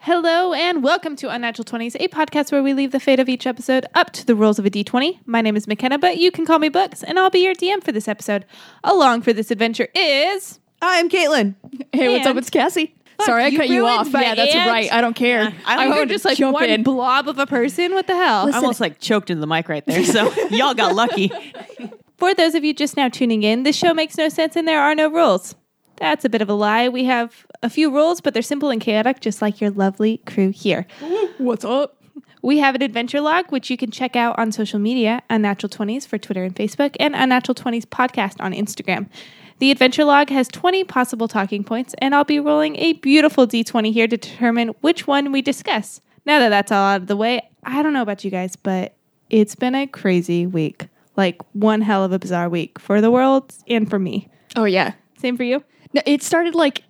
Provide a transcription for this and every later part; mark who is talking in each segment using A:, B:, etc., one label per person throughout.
A: Hello and welcome to Unnatural 20s, a podcast where we leave the fate of each episode up to the rules of a d20. My name is McKenna, but you can call me Books, and I'll be your DM for this episode. Along for this adventure is.
B: I'm Caitlin.
C: Hey, what's
A: And-
C: up? It's Cassie. Sorry, I
A: you
C: cut you
A: ruined
C: off.
A: my
C: Yeah, that's
A: aunt.
C: right. I don't care.
A: I
C: I
A: don't know,
C: wanted to
A: just like
C: jump
A: one
C: in.
A: blob of a person. What the hell?
B: I almost like choked into the mic right there. So y'all got lucky.
A: For those of you just now tuning in, this show makes no sense and there are no rules. That's a bit of a lie. We have a few rules, but they're simple and chaotic, just like your lovely crew here.
C: what's up?
A: We have an adventure log, which you can check out on social media, Unnatural 20s for Twitter and Facebook, and Unnatural 20s podcast on Instagram. The adventure log has 20 possible talking points, and I'll be rolling a beautiful d20 here to determine which one we discuss. Now that that's all out of the way, I don't know about you guys, but it's been a crazy week. Like one hell of a bizarre week for the world and for me.
C: Oh yeah.
A: Same for you?
C: No, it started like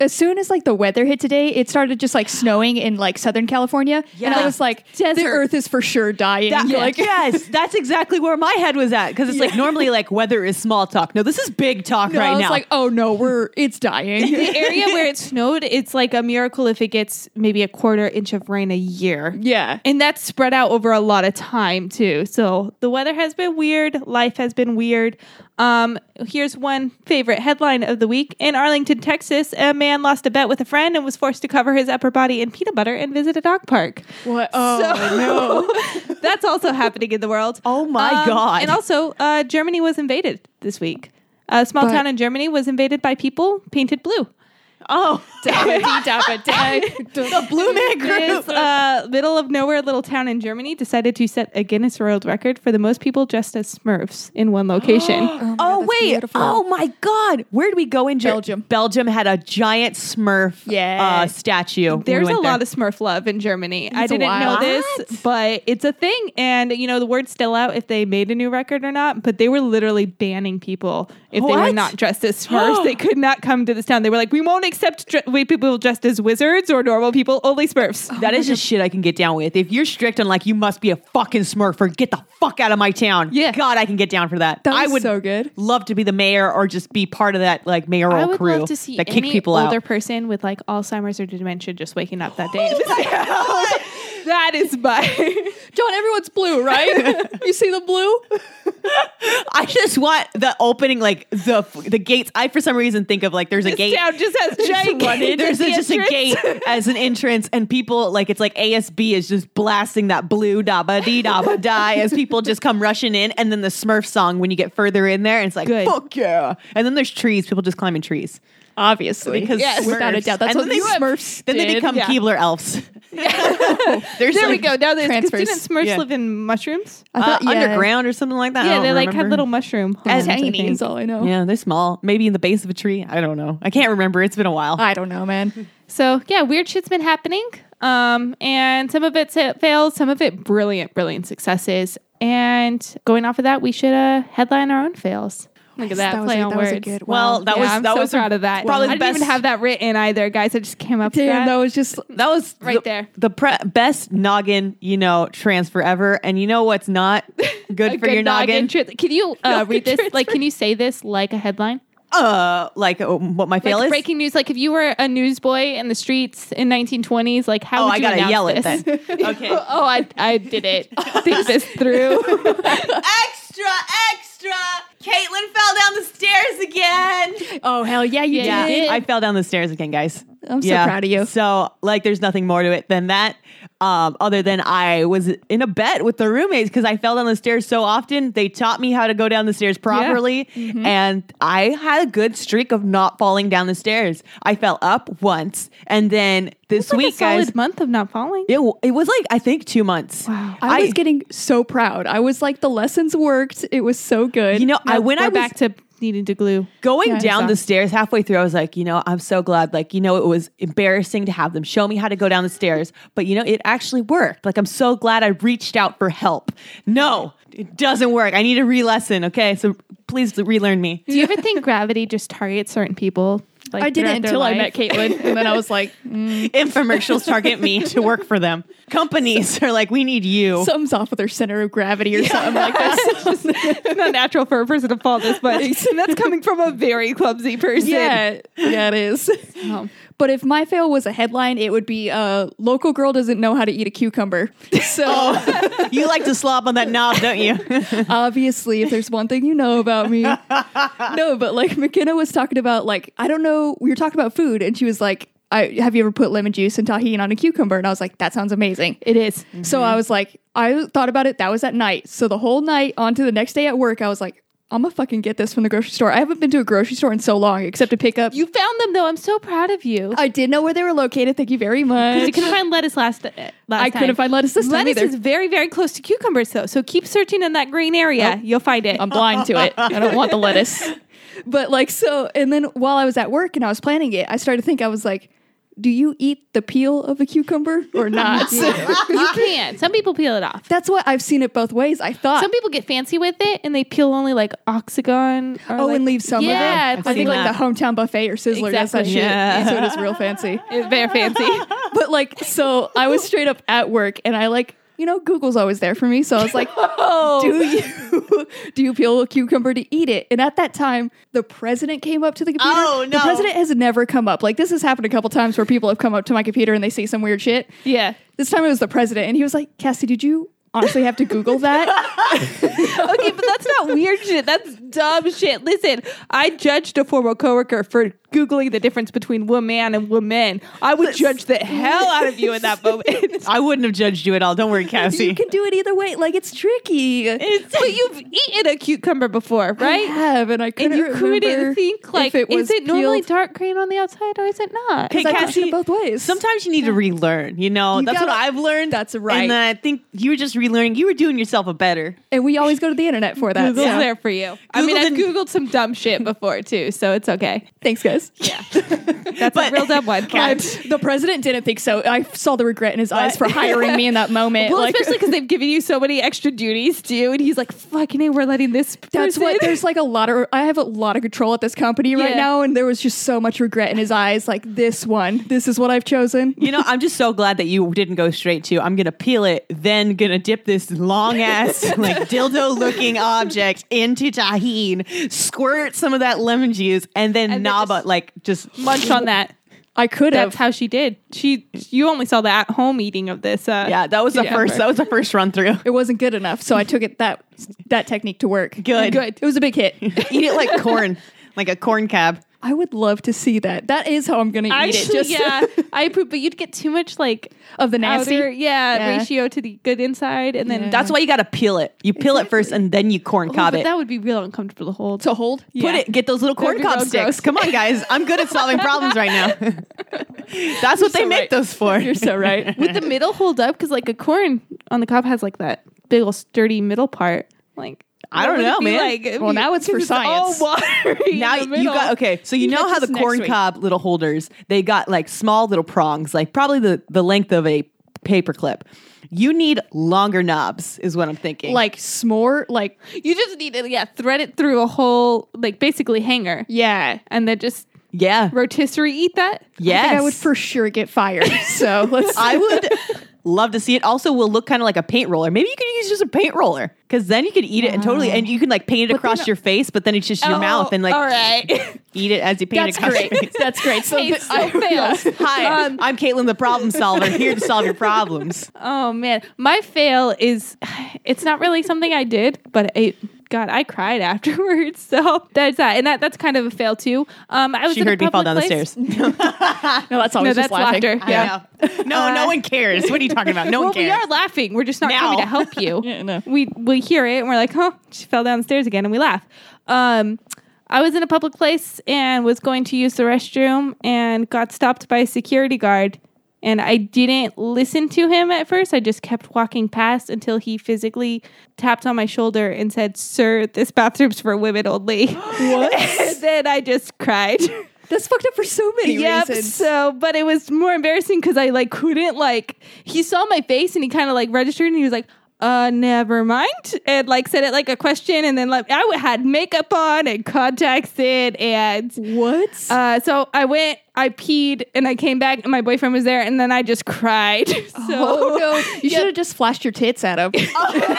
C: as soon as like the weather hit today, it started just like snowing in like Southern California, and
B: Yeah.
C: I was like,
A: Desert.
C: the Earth is for sure dying. like,
B: yes, that's exactly where my head was at. Because it's like normally like weather is small talk. No, this is big talk
C: No,
B: right
C: I was
B: now.
C: like, oh no, we're it's dying.
A: The area where it snowed, it's like a miracle if it gets maybe a quarter inch of rain a year.
C: yeah.
A: And that's spread out over a lot of time too. So the weather has been weird. Life has been weird. Um, here's one favorite headline of the week. In Arlington, Texas, a man lost a bet with a friend and was forced to cover his upper body in peanut butter and visit a dog park.
C: What? Oh no.
A: no. that's also happening in the world.
B: Oh my
A: Um,
B: God.
A: And also, uh, Germany was invaded this week. A small
C: But-
A: town in Germany was invaded by people painted blue.
B: oh,
C: the
B: blue man
A: this uh, middle of nowhere little town in Germany decided to set a Guinness World Record for the most people dressed as Smurfs in one location.
C: Oh,
B: Oh wait! Oh
C: Oh,
B: my God! Where did we go in Ger-
C: Belgium.
B: Belgium had a giant Smurf uh,
C: Yes.
B: statue. when
A: There's
B: we
A: a
B: went
A: lot
B: there.
A: of Smurf love in Germany. I
C: It's
A: didn't know
C: wild.
A: this, but it's a thing. And, you know, the word's still out if they made a new record or not, but they were literally banning people if they were
B: What?
A: not dressed as Smurfs. they could not come to this town. They were like, we won't accept dre- we people dressed as wizards or normal people, only Smurfs.
B: That is just shit I can get down with. If you're strict on like you must be a fucking Smurf or get the fuck out of my town.
A: Yeah.
B: God, I can get down for that.
C: That
B: I
C: was
B: would
C: so good.
B: love to be the mayor or just be part of that like mayoral
A: I would
B: crew
A: love to see
B: that
A: any
B: kick people
A: older
B: out.
A: person with like Alzheimer's or dementia just waking up that day. and
B: Oh
A: just like, that is my.
C: John, everyone's blue, right? you see the blue?
B: I just want the opening like the the gates. I for some reason think of like there's a
A: This
B: gate.
A: town just has giant gate.
B: There's a- just a gate as an entrance, and people like it's like ASB is just blasting that blue da ba dee da ba die as people just come rushing in, and then the Smurf song when you get further in there, and it's like
A: Good.
B: fuck yeah, and then there's trees, people just climbing trees
C: Obviously,
B: because
C: yes,
B: Smurfs.
C: without a doubt, that's
B: and
C: what
B: then
C: the
B: they,
C: Smurfs
B: Then they
C: did.
B: become
A: yeah.
B: Keebler elves. There's
A: There we
B: like,
A: go. Now there's 'cause
C: Transfers.
A: didn't Smurfs
B: Yeah.
A: live in mushrooms.
C: I
B: uh,
C: thought- yeah.
B: underground or something like that. I
A: yeah,
B: don't
A: they like had
B: remember.
A: little mushroom homes. I
C: Tiny
A: think.
C: is all I know.
B: Yeah, they're small. Maybe in the base of a tree. I don't know. I can't remember. It's been a
A: Uh,
B: while.
C: I don't know, man.
A: So yeah, weird shit's been happening. Um, and some of it sa- fails, some of it brilliant, brilliant successes. And going off of that, we should uh, headline our own fails. Look at that,
C: That was
A: play
C: a-
A: on
C: that
A: words.
C: was a good one.
B: well, that
A: yeah,
B: was
A: I'm
B: that
A: so
B: was
A: proud of that.
B: Probably
A: I
B: the
A: didn't
B: best.
A: even have that written either, guys. I just came up with that.
C: Damn, that was just
B: that was
A: Right
B: the-
A: there.
B: The pre- best noggin, you know, transfer ever. And you know what's not good
A: A
B: for
A: good
B: your noggin?
A: tri- can you uh,
B: Noggin
A: read this?
B: transfer.
A: Like, can you say this like a headline?
B: Uh, like uh, what my fail
A: Like
B: is.
A: breaking news. Like if you were a newsboy in the streets in 1920s, like how
B: oh,
A: would
B: I
A: you
B: gotta
A: announce
B: yell
A: this?
B: it then. Okay.
A: oh, I I did it. Think this through.
B: extra, extra! Caitlin fell down the stairs again.
C: Oh hell yeah, you
A: Yeah.
C: did.
A: did.
B: I fell down the stairs again, guys.
C: I'm so proud of you.
B: So, like, there's nothing more to it than that. Um, other than I was in a bet with the roommates because I fell down the stairs so often. They taught me how to go down the stairs properly, and I had a good streak of not falling down the stairs. I fell up once, and then this
A: Like
B: week,
A: a solid
B: guys,
A: month of not falling.
B: it, w- it was like I think two months. Wow,
C: I, was getting so proud. I was like, the lessons worked. It was so good.
B: You know, I when
A: We're
B: I was
A: back to needing to glue.
B: going
C: Yeah, I
B: down
C: saw.
B: the stairs halfway through, I was like, you know, I'm so glad. Like, you know, it was embarrassing to have them show me how to go down the stairs, but you know, it actually worked. Like, I'm so glad I reached out for help. No, it doesn't work. I need a re lesson. Okay. So please relearn me.
A: Do you ever think gravity just targets certain people? Like
C: I did it
A: throughout their
C: until I
A: life?
C: met Caitlin, and then I was like, mm,
B: Infomercials target me to work for them. Companies are like, we need you.
C: something's off with her center of gravity or something like this.
A: It's not natural for a person to fall this much. and that's coming from a very clumsy person.
C: yeah, yeah, it is.
A: Oh.
C: But if my fail was a headline, it would be uh, local girl doesn't know how to eat a cucumber. So
B: you like to slop on that knob, don't you?
C: obviously if there's one thing you know about me no but like mckenna was talking about like i don't know we were talking about food and she was like I, have you ever put lemon juice and tahini on a cucumber? And I was like, that sounds amazing.
A: It is.
C: So I was like, I thought about it. That was at night. So the whole night on to the next day at work, I was like, I'm gonna fucking get this from the grocery store. I haven't been to a grocery store in so long, except to pick up.
A: You found them though. I'm so proud of you.
C: I did know where they were located. Thank you very much.
A: you couldn't find lettuce last. uh, last
C: I couldn't
A: time.
C: find lettuce this time
A: Lettuce
C: either.
A: is very, very close to cucumbers, though. So keep searching in that green area. You'll find it.
C: Oh. I'm blind to it. I don't want the lettuce. But like so, and then while I was at work and I was planning it, I started to think I was like, do you eat the peel of a cucumber or not?
A: you can. Some people peel it off.
C: That's what I've seen it both ways. I thought.
A: Some people get fancy with it and they peel only like oxagon. Or
C: oh,
A: like,
C: and leave some
A: yeah,
C: of
A: it's
C: it. I think
A: like
C: like
B: that.
C: the hometown buffet or Sizzler does that
A: Exactly.
C: shit.
B: Yeah.
C: So it is real fancy.
A: it's very fancy.
C: But like, so I was straight up at work and I like, you know, Google's always there for me. So I was like,
A: Oh.
C: do you do you peel a cucumber to eat it? And at that time, the president came up to the computer.
B: Oh,
C: The
B: no.
C: president has never come up. Like this has happened a couple times where people have come up to my computer and they say some weird shit.
A: yeah.
C: This time it was the president, and he was like, Cassie, did you honestly have to Google that?
A: Okay, but that's not weird shit. That's dumb shit. Listen, I judged a former coworker for googling the difference between woman and woman. I would judge the hell out of you in that moment.
B: I wouldn't have judged you at all. Don't worry,
C: you
B: Cassie.
C: can do it either way. Like it's tricky.
A: but you've eaten a cucumber before,
C: I
A: right?
C: have, and I couldn't
A: and you
C: remember
A: couldn't think
C: if
A: like is it normally
C: peeled-
A: dark green on the outside or is it not?
C: 'Cause I touched it
B: Cassie,
C: both ways.
B: Sometimes you need to relearn. You know,
C: You
B: that's what
C: gotta-
B: I've learned.
C: That's right.
B: And then I think you were just relearning. You were doing yourself a better.
C: and we always go to the internet for that.
A: Google's
C: so-
A: there for you. I mean,
B: Google
A: I've
B: didn't-
A: googled some dumb shit before too, so it's okay.
C: Thanks, guys.
A: That's a
B: But-
A: real dumb one.
C: I-
A: Well,
C: the president didn't think so. I saw the regret in his eyes for hiring me in that moment. like,
A: especially because they've given you so many extra duties too, and he's like, "Fucking, hey, we're letting this."
C: that's
A: person-
C: what there's like a lot of. I have a lot of control at this company right
A: Yeah.
C: now, and there was just so much regret in his eyes. Like this one, this is what I've chosen.
B: You know, I'm just so glad that you didn't go straight to I'm gonna peel it, then gonna dip this long ass like dildo looking object into tahine, squirt some of that lemon juice, and then
A: And then
B: naba
A: just-
B: like just
A: munch on that.
C: I could
A: That's
C: have.
A: how she did. She, you only saw the at home eating of this. Uh,
B: Yeah, that was the
A: Yeah.
B: first that was the first run through.
C: it wasn't good enough, so I took it that that technique to work.
B: Good.
A: Good.
C: It was a big hit.
B: Eat it like corn, like a corn cab.
C: I would love to see that. That is how I'm going to eat it.
A: Actually,
C: Just
A: yeah, I approve, but you'd get too much like
C: of the nasty.
A: outer, yeah,
C: Yeah.
A: ratio to the good inside, and then
B: That's why you gotta peel it. You peel it first and then you corn
A: Ooh,
B: cob
A: but
B: it.
A: that would be real uncomfortable to hold.
C: to hold.
B: Put it. Get those little corn
A: be
B: cob
A: real
B: sticks.
A: gross.
B: Come on, guys. I'm good at solving problems right now. That's what they
C: so
B: make
C: right.
B: those for.
C: You're so right.
A: Would the middle hold up? Because like a corn on the cob has like that big old sturdy middle part. Like
B: I
A: what
B: don't
A: would
B: know,
A: it be
B: man.
A: if
C: Well,
A: you-
C: now it's for
A: 'cause
C: science.
A: All watery
B: now
A: in the
B: you
A: middle.
B: got okay. So you know
C: catch
B: how the
C: us next
B: corn
C: week.
B: cob little holders they got like small little prongs, like probably the the length of a paperclip. You need longer knobs, is what I'm thinking.
C: like s'more, like
A: You just need to yeah thread it through a whole like basically hanger,
C: yeah.
A: and then just
B: yeah,
A: rotisserie eat that.
B: yes,
C: I, think I would for sure get fired. So let's.
B: I would love to see it. Also, will look kind of like a paint roller. Maybe you could use just a paint roller because then you could eat it and totally,
C: Ah.
B: and you can like paint it across your face, but then it's just your
A: Oh,
B: mouth and like
A: all right.
B: eat it as you paint
C: that's
B: it across your face.
C: great. That's great. So
A: Hey,
C: th-
A: so
C: I,
A: fails.
B: Hi,
A: Um,
B: I'm Caitlin, the problem solver, here to solve your problems.
A: Oh man, my fail is it's not really something I did, but it God, I cried afterwards. So that's that, and that that's kind of a fail too. Um, I was
B: She
A: in a
B: heard me fall
A: public
B: down the
A: place.
B: stairs.
C: no, that's always
A: No, that's
C: just laughing.
A: laughter.
C: Yeah.
B: No, no one cares. What are you talking about?
A: Uh,
B: No
A: Well,
B: one
A: we
B: cares.
A: are laughing. We're just not
B: Now.
A: coming to help you.
C: Yeah, no.
A: We we hear it and we're like, huh, she fell downstairs again, and we laugh. Um, I was in a public place and was going to use the restroom and got stopped by a security guard. And I didn't listen to him at first. I just kept walking past until he physically tapped on my shoulder and said, "Sir, this bathroom's for women only." and then I just cried.
C: That's fucked up for so many
A: Yep.
C: reasons.
A: So, but it was more embarrassing because I like couldn't like he saw my face and he kind of like registered and he was like, "Uh, never mind," and like said it like a question and then like I w- had makeup on and contacts in and
C: what?
A: uh, so I went I peed and I came back and my boyfriend was there and then I just cried. so
C: Oh no! You should have just flashed your tits at him.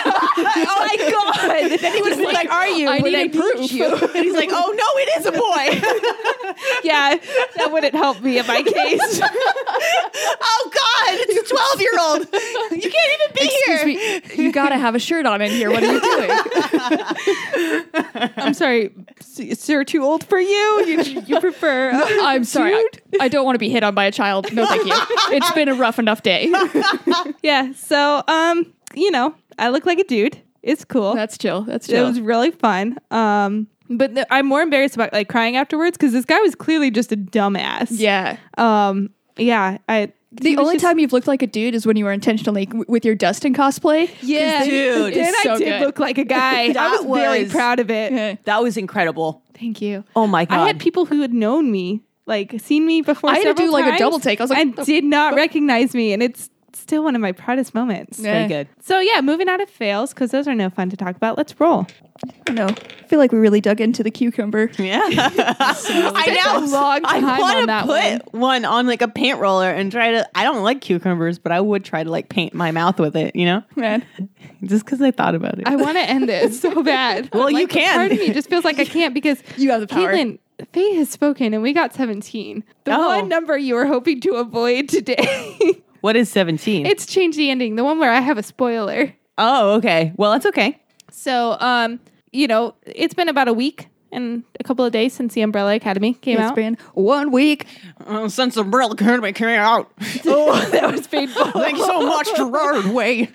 B: oh my god! And then he was like, "Are you?"
C: I
B: Would
C: need to
B: proof?"
C: meet you.
B: And he's like, "Oh no, it is a boy."
A: yeah, that wouldn't help me in my case.
B: oh god, it's a twelve-year-old. You can't even be
C: Excuse
B: here.
C: me. You gotta have a shirt on in here. What are you doing?
A: I'm sorry, s- sir. Too old for you. You, you prefer. uh,
C: I'm sorry. I, I don't want to be hit on by a child. No, thank you. It's been a rough enough day.
A: yeah. So um, you know, I look like a dude. It's cool.
C: That's chill. That's
A: it
C: chill.
A: was really fun. Um, but th- I'm more embarrassed about like crying afterwards because this guy was clearly just a dumbass.
C: yeah.
A: Um. Yeah. I.
C: The only time you've looked like a dude is when you were intentionally w- with your Dustin cosplay.
A: Yeah,
B: Dude,
A: Then
C: it's
A: I
C: so
A: did
C: good.
A: look like a guy. I
B: That
A: was, very
B: was-
A: proud of it.
C: Yeah.
B: That was incredible.
A: Thank you.
B: Oh my god!
A: I had people who had known me, like seen me before.
C: I had to
A: several
C: do, like, a
A: times
C: double take. I was like, "Oh,
A: and
C: "The
A: did not recognize me, and it's still one of my proudest moments.
C: Yeah.
B: Very good.
A: So yeah, moving out of fails because those are no fun to talk about. Let's roll.
C: No, I feel like we really dug into the cucumber.
B: Yeah, I
A: a long time
B: I
A: on
B: want
A: that
B: to put one. on like a paint roller and try to. I don't like cucumbers, but I would try to like paint my mouth with it. You know,
C: Man,
B: just because I thought about it.
A: I want to end this so bad.
B: Well, you
A: Like,
B: can.
A: Part of me just feels like I can't because
C: You have the power.
A: Caitlin, Faye has spoken, and we got seventeen. The
B: Oh.
A: one number you were hoping to avoid today.
B: what is seventeen?
A: it's change the ending. The one where I have a spoiler.
B: oh, okay. Well, that's okay.
A: So, um, you know, it's been about a week and a couple of days since the Umbrella Academy came
C: it's
A: out.
C: been one week.
B: Uh, since the real academy came out,
A: oh, that was painful.
B: thank you so much, Gerard Way.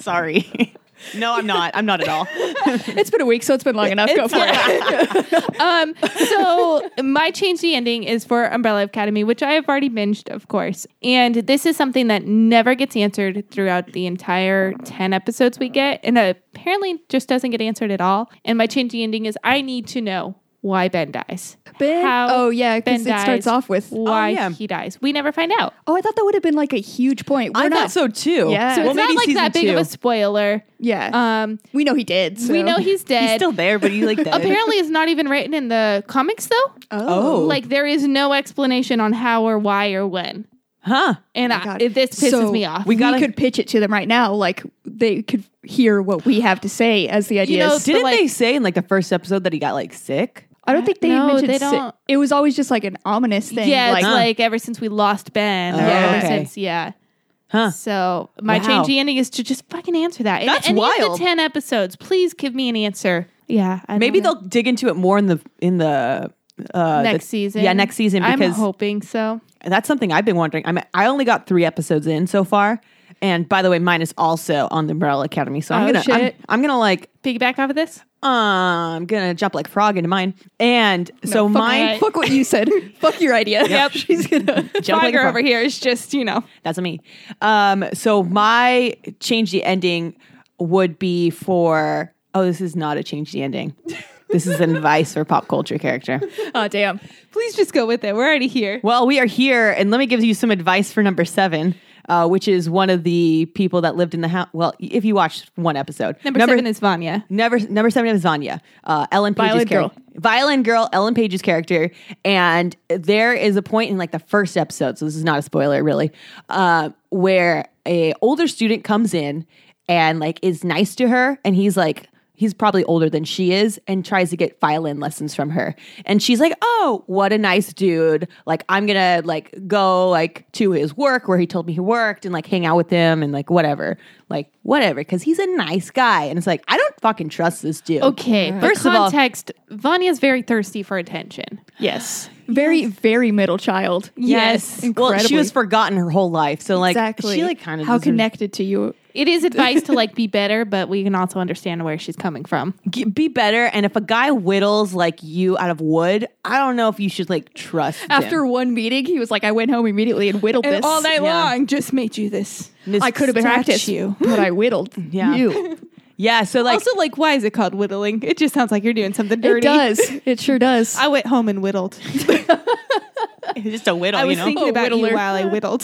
B: Sorry. No, I'm not. I'm not at all.
C: It's been a week, so it's been long enough. Go for it.
A: um, so my change the ending is for Umbrella Academy, which I have already binged, of course. And this is something that never gets answered throughout the entire 10 episodes we get. And apparently just doesn't get answered at all. And my change the ending is I need to know why Ben dies.
C: Ben- oh, yeah, 'cause
A: Ben
C: it starts
A: dies,
C: off with- Oh,
A: why
B: yeah.
A: he dies. We never find out.
C: Oh, I thought that would have been like a huge point. We're
B: I
C: not
B: thought so too.
C: Yeah.
A: So
C: Well,
A: it's not like that big of a spoiler.
C: Yeah,
A: Um,
C: we know he did. So.
A: we know he's
B: He's
A: dead.
B: still there, but he's like dead.
A: Apparently, it's not even written in the comics though.
B: Oh.
A: Like there is no explanation on how or why or when.
B: huh?
A: And I,
C: God.
A: it- this pisses
C: So
A: me off.
B: we
C: we,
B: gotta-
C: could pitch it to them right now. Like they could hear what we have to say as the ideas.
A: know,
B: Didn't
A: like-
B: they say in like the first episode that he got like sick?
C: I don't think they
A: No,
C: mentioned.
A: they
C: si-
A: don't-
C: it was always just like an ominous thing.
A: yeah,
C: like,
A: it's
B: Huh.
A: like ever since we lost Ben, or
B: Oh,
A: ever
B: okay.
A: since yeah.
B: Huh.
A: So my
B: Wow.
A: change the ending is to just fucking answer that. In
B: That's
A: any Of
B: wild.
A: the Ten episodes, please give me an answer. Yeah, I
B: Maybe
A: don't know.
B: they'll dig into it more in the in the uh
A: next
B: the-
A: season.
B: Yeah, next season
A: I'm
B: because
A: hoping so.
B: that's something I've been wondering. I mean, I only got three episodes in so far, and by the way, mine is also on the Umbrella Academy. So I'm
A: Oh,
B: gonna I'm,
A: shit.
B: I'm gonna like
A: Piggyback off of this.
B: I'm gonna jump like frog into mine, and so
A: fuck
B: mine
A: that.
C: fuck what you said. fuck your idea.
A: Yep.
C: she's gonna.
B: jump like a
A: Tiger
B: frog.
A: over here is just you know.
B: That's me. Um, so my change the ending would be for oh, this is not a change the ending. this is an advice for pop culture character.
C: Oh damn.
A: Please just go with it. We're already here.
B: Well, we are here, and let me give you some advice for number seven, uh, which is one of the people that lived in the house. Well, if you watched one episode,
A: Number, seven is Vanya.
B: Never, number seven is Vanya, uh, Ellen Page's
C: Violent
B: character. Violent girl, Ellen Page's character, and there is a point in like the first episode, so this is not a spoiler really, uh, where a older student comes in and like is nice to her, and he's like. He's probably older than she is and tries to get violin lessons from her. And she's like, "Oh, what a nice dude. Like I'm going to like go like to his work where he told me he worked and like hang out with him and like whatever. Like whatever cuz he's a nice guy." And it's like, "I don't fucking trust this dude."
A: Okay, for
B: First of all-
A: context, Vanya's very thirsty for attention.
C: Yes. Very very middle child.
A: Yes.
B: Well, she
C: Incredibly.
B: was forgotten her whole life, so like
C: exactly.
B: she like kind of
C: how connected to you.
A: It is advice to like be better, but we can also understand where she's coming from.
B: be better. And if a guy whittles like you out of wood, I don't know if you should like trust
C: After
B: him.
C: one meeting, he was like, "I went home immediately and whittled this
B: yeah.
A: just made you this.
B: Miss
C: I could have been
B: Stack-
C: practiced, you, but I whittled
B: Yeah.
C: you.
B: Yeah, so like
A: also, like, why is it called whittling? It just sounds like you're doing something dirty.
C: It does. It sure does.
A: I went home and whittled.
B: just a whittle,
A: I was
B: Oh, you know.
A: thinking
C: Oh,
A: about
C: whittler.
A: you while I whittled.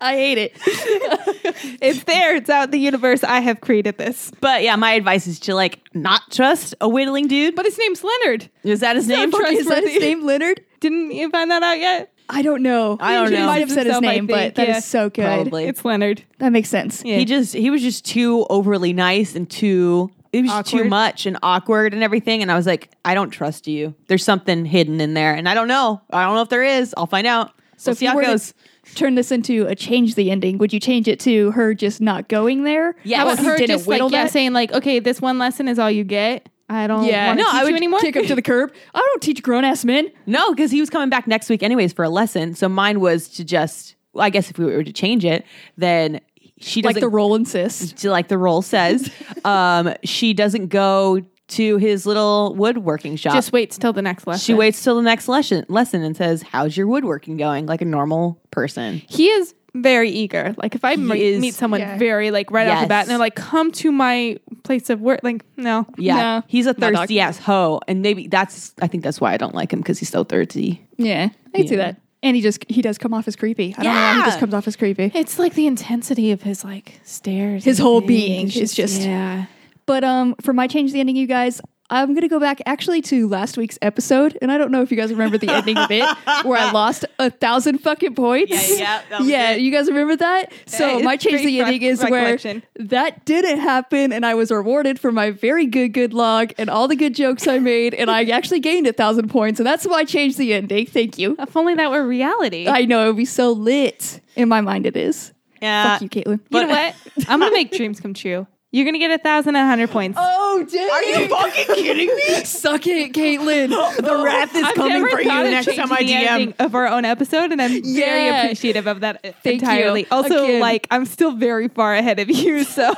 C: I hate it.
A: It's there. It's out in the universe. I have created this.
B: But yeah, my advice is to like not trust a whittling dude. But
A: But his name's Leonard.
B: is that his name?
A: fucking-
C: Is that his
A: trustworthy.
C: name, Leonard?
A: Didn't you find that out yet?
C: I don't know.
B: I don't
C: He
B: know.
C: might have said his
A: Himself, I
C: name, but
A: think,
C: that is
A: yeah.
C: so good.
B: Probably.
A: It's Leonard.
C: That makes sense.
A: Yeah.
B: He just he was just too overly nice and too it was just too
A: Awkward.
B: much and awkward and everything. And I was like, I don't trust you. There's something hidden in there, and I don't know. I don't know if there is. I'll find out. So
C: if
B: see
C: you
B: how
C: were
B: it
C: to
B: goes.
C: Turn this into a change the ending. Would you change it to her just not going there?
B: Yes.
A: How
B: Well,
A: about
B: he
A: her
C: didn't
A: just like
C: whittle
A: yeah,
C: that?
A: saying like, okay, this one lesson is all you get. I don't
C: Yeah,
A: want to
B: No,
A: teach
B: I
A: you
B: would
A: anymore.
C: Kick him to the curb. I don't teach grown ass men.
B: No, because he was coming back next week anyways for a lesson. So mine was to just. Well, I guess if we were to change it, then she doesn't
C: Like the role insists.
B: to like the role says. um, she doesn't go to his little woodworking shop.
A: just waits till the next lesson.
B: she waits till the next lesson lesson and says, "How's your woodworking going?" Like a normal person.
A: He is very eager. Like if I me-
B: is-
A: meet someone
C: Yeah.
A: very like right off the bat,
B: Yes.
A: and they're like, "Come to my place of work," like no,
B: Yeah,
C: No,
B: he's a
C: not dog.
B: thirsty ass hoe, and maybe that's I think that's why I don't like him because he's so thirsty.
C: Yeah, I can see
B: Yeah.
C: that. And he just he does come off as creepy. I don't know why he just
B: Yeah.
C: comes off as creepy.
A: it's like the intensity of his like stares.
C: His
A: and
C: whole
A: things.
C: being
A: It's
C: is just-
A: yeah.
C: But um, for my change the ending, you guys, I'm gonna go back actually to last week's episode, and I don't know if you guys remember the ending of it where I lost a thousand fucking points.
B: Yeah, yeah, that was
C: yeah.
B: it.
C: You guys remember that? So
A: Hey,
C: my change
A: great
C: the ending
A: rec-
C: is where
A: recollection.
C: that didn't happen, and I was rewarded for my very good good log and all the good jokes I made, and I actually gained a thousand points, and that's why I changed the ending. Thank you.
A: If only that were reality.
C: I know it would be so lit. In my mind, it is.
B: Yeah.
C: Fuck you, Caitlin.
A: you know what? I'm gonna make dreams come true. You're gonna get a thousand and a hundred points.
C: Oh, dang.
B: Are you fucking kidding me?
C: Suck it, Caitlin.
B: The wrath is
A: I've
B: coming
A: never
B: for you
A: thought of
B: next time I
A: changing the
B: DM.
A: ending of our own episode, and I'm very
C: Yeah.
A: appreciative of that
C: Thank you.
A: entirely. Also,
C: Again.
A: like I'm still very far ahead of you, so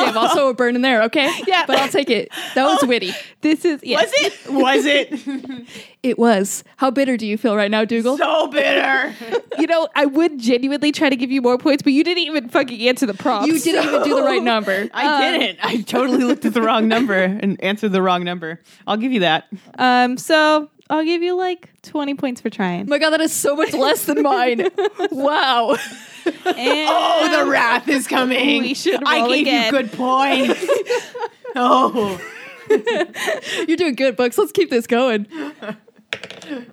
C: Damn, also a burn in there, okay?
A: Yeah.
C: But I'll take it. That
B: Oh.
C: was witty.
A: this is yes.
B: Was it? Was it
C: It was. How bitter do you feel right now, Dougal?
B: so bitter?
A: You know, I would genuinely try to give you more points, but you didn't even fucking answer the prompts.
C: you didn't even do the right number. Oh
B: I didn't. I Um, totally looked at the wrong number and answered the wrong number. I'll give you that.
A: Um, so I'll give you like 20 points for trying.
C: Oh my god, that is so much less than mine. wow.
B: Oh, the wrath is coming.
A: We should
B: I
A: roll
B: gave
A: again.
B: you good points. oh,
C: You're doing good, Books. Let's keep this going.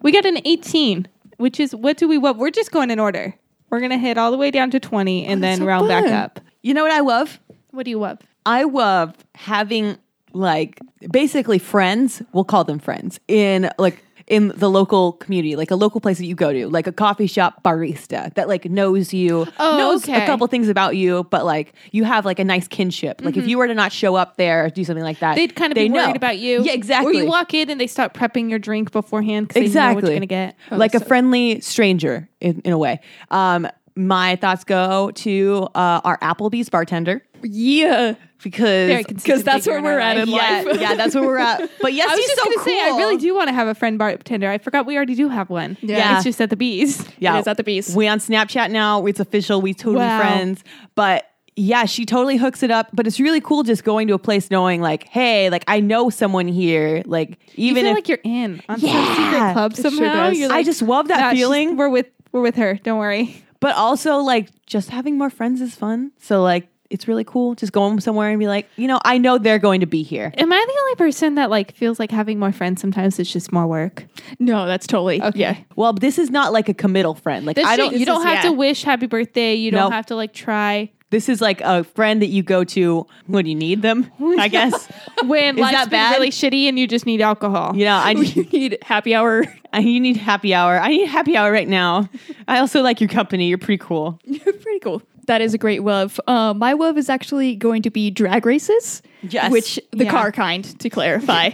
A: we got an 18, which is what do we what? We're just going in order. We're going to hit all the way down to 20
B: Oh,
A: and
C: that's
A: then
C: so
A: round
C: fun.
A: back up.
B: you know what I love?
A: What do you up?
B: I love having like basically friends, we'll call them friends, in like in the local community, like a local place that you go to, like a coffee shop barista that like knows you,
A: Oh,
B: knows
A: okay.
B: a couple things about you, but like you have like a nice kinship. Like if you were to not show up there or do something like that,
A: Mm-hmm. They'd kind of
B: they
A: be worried
B: know.
A: about you.
B: Yeah, exactly.
A: Or you walk in and they start prepping your drink beforehand because
B: exactly
A: they know what you're going to get. Oh,
B: like a friendly stranger in, in a way. Um, my thoughts go to uh, our Applebee's bartender
C: Yeah.
B: because
A: Very consistent
C: that's
A: figure in our
C: where we're at
A: life.
C: in
B: yeah,
C: life.
B: yeah, that's where we're at. But yes,
A: I was
B: he's
A: just
B: so
A: going
B: cool.
A: to say, I really do want to have a friend bartender. I forgot we already do have one.
C: Yeah.
A: It's just at the bees.
B: Yeah,
C: It is at the Beast.
B: We on Snapchat now. It's official. We totally
A: Wow.
B: friends. But yeah, she totally hooks it up. But it's really cool just going to a place knowing like, hey, like I know someone here. Like
A: You
B: even
A: feel
B: if
A: like you're in on
B: Yeah.
A: some secret club
C: It sure
A: somehow.
C: does.
A: You're
B: I
A: like,
B: just love
A: "Nah,
B: that
A: she's-
B: feeling.
A: We're with we're with her. Don't worry.
B: But also like just having more friends is fun. So like it's really cool just going somewhere and be like, you know, I know they're going to be here.
A: Am I the only person that like feels like having more friends sometimes is just more work?
C: No, that's totally. Yeah.
B: Well, this is not like a committal friend. Like I don't.
A: you don't
B: this is-
A: have
B: yeah.
A: to wish happy birthday. You don't
B: Nope.
A: have to like try
B: This is like a friend that you go to when you need them. I guess.
A: when
B: Is
A: life's
B: that
A: been
B: bad?
A: really shitty and you just need alcohol.
B: You know, I just,
C: You need happy hour.
B: I, you need happy hour. I need happy hour right now. I also like your company. You're pretty cool.
C: Pretty cool. That is a great wove. Uh, my wove is actually going to be drag races.
B: Yes.
C: Which the
A: Yeah.
C: car kind, to clarify.